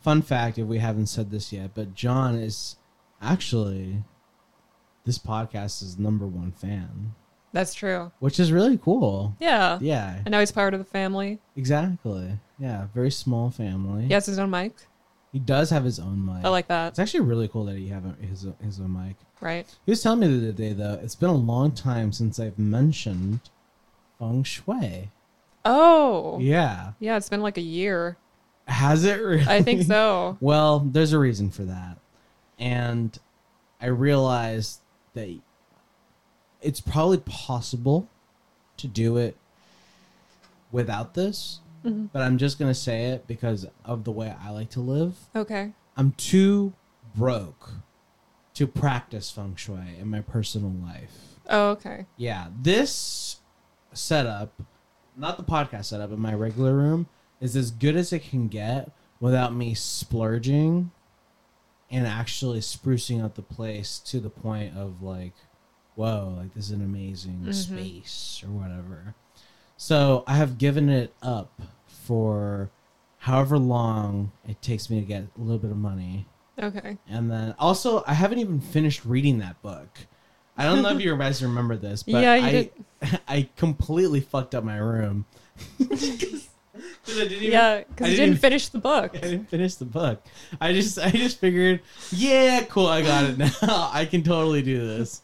[SPEAKER 4] fun fact if we haven't said this yet, but John is actually this podcast is number one fan,
[SPEAKER 2] That's true.
[SPEAKER 4] which is really cool.
[SPEAKER 2] Yeah.
[SPEAKER 4] Yeah,
[SPEAKER 2] And now he's part of the family.
[SPEAKER 4] exactly. Yeah, very small family.
[SPEAKER 2] He has his own mic.
[SPEAKER 4] He does have his own mic.
[SPEAKER 2] I like that.
[SPEAKER 4] It's actually really cool that he have a- his his own mic.
[SPEAKER 2] Right.
[SPEAKER 4] He was telling me the other day though, it's been a long time since I've mentioned feng shui.
[SPEAKER 2] Oh. Yeah.
[SPEAKER 4] Yeah,
[SPEAKER 2] it's been like a year.
[SPEAKER 4] has it? Really?
[SPEAKER 2] I think so.
[SPEAKER 4] Well, there's a reason for that. And I realized that it's probably possible to do it without this, but I'm just going to say it because of the way I like to live.
[SPEAKER 2] Okay.
[SPEAKER 4] I'm too broke to practice feng shui in my personal life.
[SPEAKER 2] Oh, okay.
[SPEAKER 4] Yeah, this setup, not the podcast setup, in my regular room is as good as it can get without me splurging and actually sprucing up the place to the point of like, whoa, like this is an amazing space or whatever. So I have given it up for however long it takes me to get a little bit of money.
[SPEAKER 2] Okay.
[SPEAKER 4] And then also, I haven't even finished reading that book. I don't know if you guys remember this, but
[SPEAKER 2] Yeah, you
[SPEAKER 4] I,
[SPEAKER 2] did.
[SPEAKER 4] I completely fucked up my room. Because I didn't even
[SPEAKER 2] Yeah, because
[SPEAKER 4] I
[SPEAKER 2] he
[SPEAKER 4] didn't
[SPEAKER 2] didn't
[SPEAKER 4] even-
[SPEAKER 2] finish the book.
[SPEAKER 4] I didn't finish the book. I just I just figured, yeah, cool, I got it now. I can totally do this.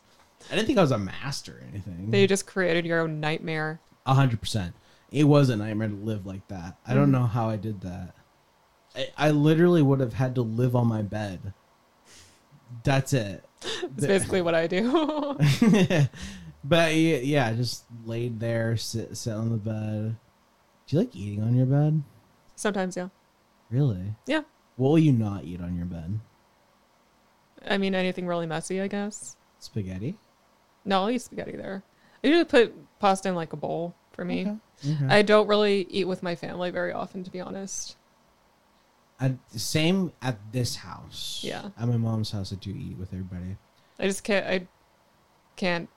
[SPEAKER 4] I didn't think I was a master or anything.
[SPEAKER 2] They just created your own nightmare.
[SPEAKER 4] A hundred percent. It was a nightmare to live like that. I
[SPEAKER 2] Mm.
[SPEAKER 4] don't know how I did that. I, I literally would have had to live on my bed. That's it.
[SPEAKER 2] It's basically what I do.
[SPEAKER 4] but yeah, yeah, just laid there, sit, sit on the bed. Do you like eating on your bed?
[SPEAKER 2] Sometimes, yeah.
[SPEAKER 4] Really?
[SPEAKER 2] Yeah.
[SPEAKER 4] What will you not eat on your bed?
[SPEAKER 2] I mean, anything really messy, I guess.
[SPEAKER 4] Spaghetti.
[SPEAKER 2] No, I'll eat spaghetti there. I usually put pasta in like a bowl for me.
[SPEAKER 4] Okay. Okay.
[SPEAKER 2] I don't really eat with my family very often, to be honest.
[SPEAKER 4] I- same at this house.
[SPEAKER 2] Yeah.
[SPEAKER 4] At my mom's house, I do eat with everybody.
[SPEAKER 2] I just can't. I can't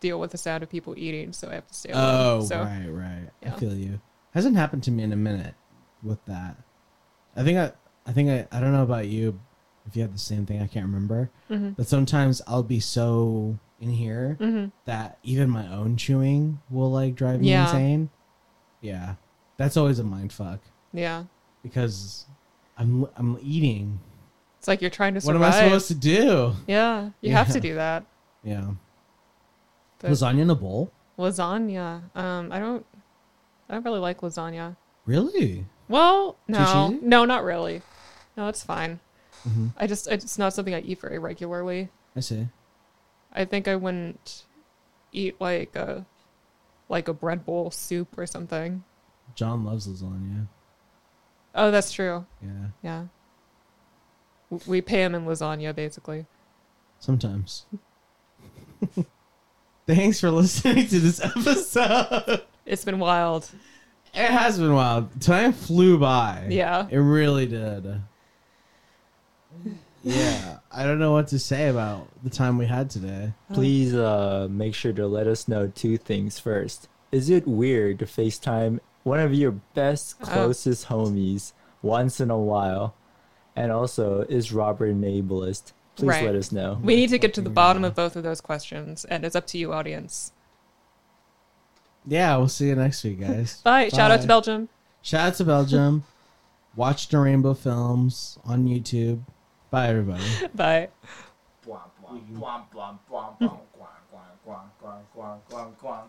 [SPEAKER 2] deal with the sound of people eating, so I have to stay alone.
[SPEAKER 4] Oh,
[SPEAKER 2] so
[SPEAKER 4] right, right.
[SPEAKER 2] Yeah.
[SPEAKER 4] I feel you. Hasn't happened to me in a minute with that. I think I, I think I, I don't know about you. If you have the same thing, I can't remember.
[SPEAKER 2] Mm-hmm.
[SPEAKER 4] But sometimes I'll be so in here
[SPEAKER 2] Mm-hmm.
[SPEAKER 4] that even my own chewing will like drive me
[SPEAKER 2] Yeah.
[SPEAKER 4] insane. Yeah, that's always a mind fuck
[SPEAKER 2] yeah,
[SPEAKER 4] because I'm I'm eating.
[SPEAKER 2] it's like you're trying to
[SPEAKER 4] What
[SPEAKER 2] survive.
[SPEAKER 4] am I supposed to do?
[SPEAKER 2] Yeah, you have
[SPEAKER 4] Yeah.
[SPEAKER 2] to do that.
[SPEAKER 4] Yeah,
[SPEAKER 2] But
[SPEAKER 4] lasagna in a bowl.
[SPEAKER 2] lasagna. Um, I don't. I don't really like lasagna.
[SPEAKER 4] Really?
[SPEAKER 2] Well, no,
[SPEAKER 4] cheesy?
[SPEAKER 2] no, not really. No, it's fine. I just it's not something I eat very regularly.
[SPEAKER 4] I see.
[SPEAKER 2] I think I wouldn't eat like a like a bread bowl soup or something.
[SPEAKER 4] John loves lasagna.
[SPEAKER 2] Oh, that's true.
[SPEAKER 4] Yeah,
[SPEAKER 2] Yeah. W- We pay him in lasagna, basically.
[SPEAKER 4] sometimes. Thanks for listening to this episode.
[SPEAKER 2] It's been wild.
[SPEAKER 4] It has been wild. Time flew by.
[SPEAKER 2] Yeah.
[SPEAKER 4] It really did. Yeah. I don't know what to say about the time we had today.
[SPEAKER 5] Please uh, make sure to let us know two things first. Is it weird to FaceTime one of your best, closest homies once in a while? And also, is Robert an ableist? Please
[SPEAKER 2] Right.
[SPEAKER 5] let us know.
[SPEAKER 2] We need to get to the bottom of both of those questions, and it's up to you, audience.
[SPEAKER 4] Yeah, we'll see you next week, guys.
[SPEAKER 2] Bye. Shout out to Belgium.
[SPEAKER 4] Shout out to Belgium. Watch the Rainbow Films on YouTube. Bye, everybody.
[SPEAKER 2] Bye.
[SPEAKER 3] Womp
[SPEAKER 1] Guang, guang, guang, guang, guang, guang, guang, guang, guang, guang, guang, guang.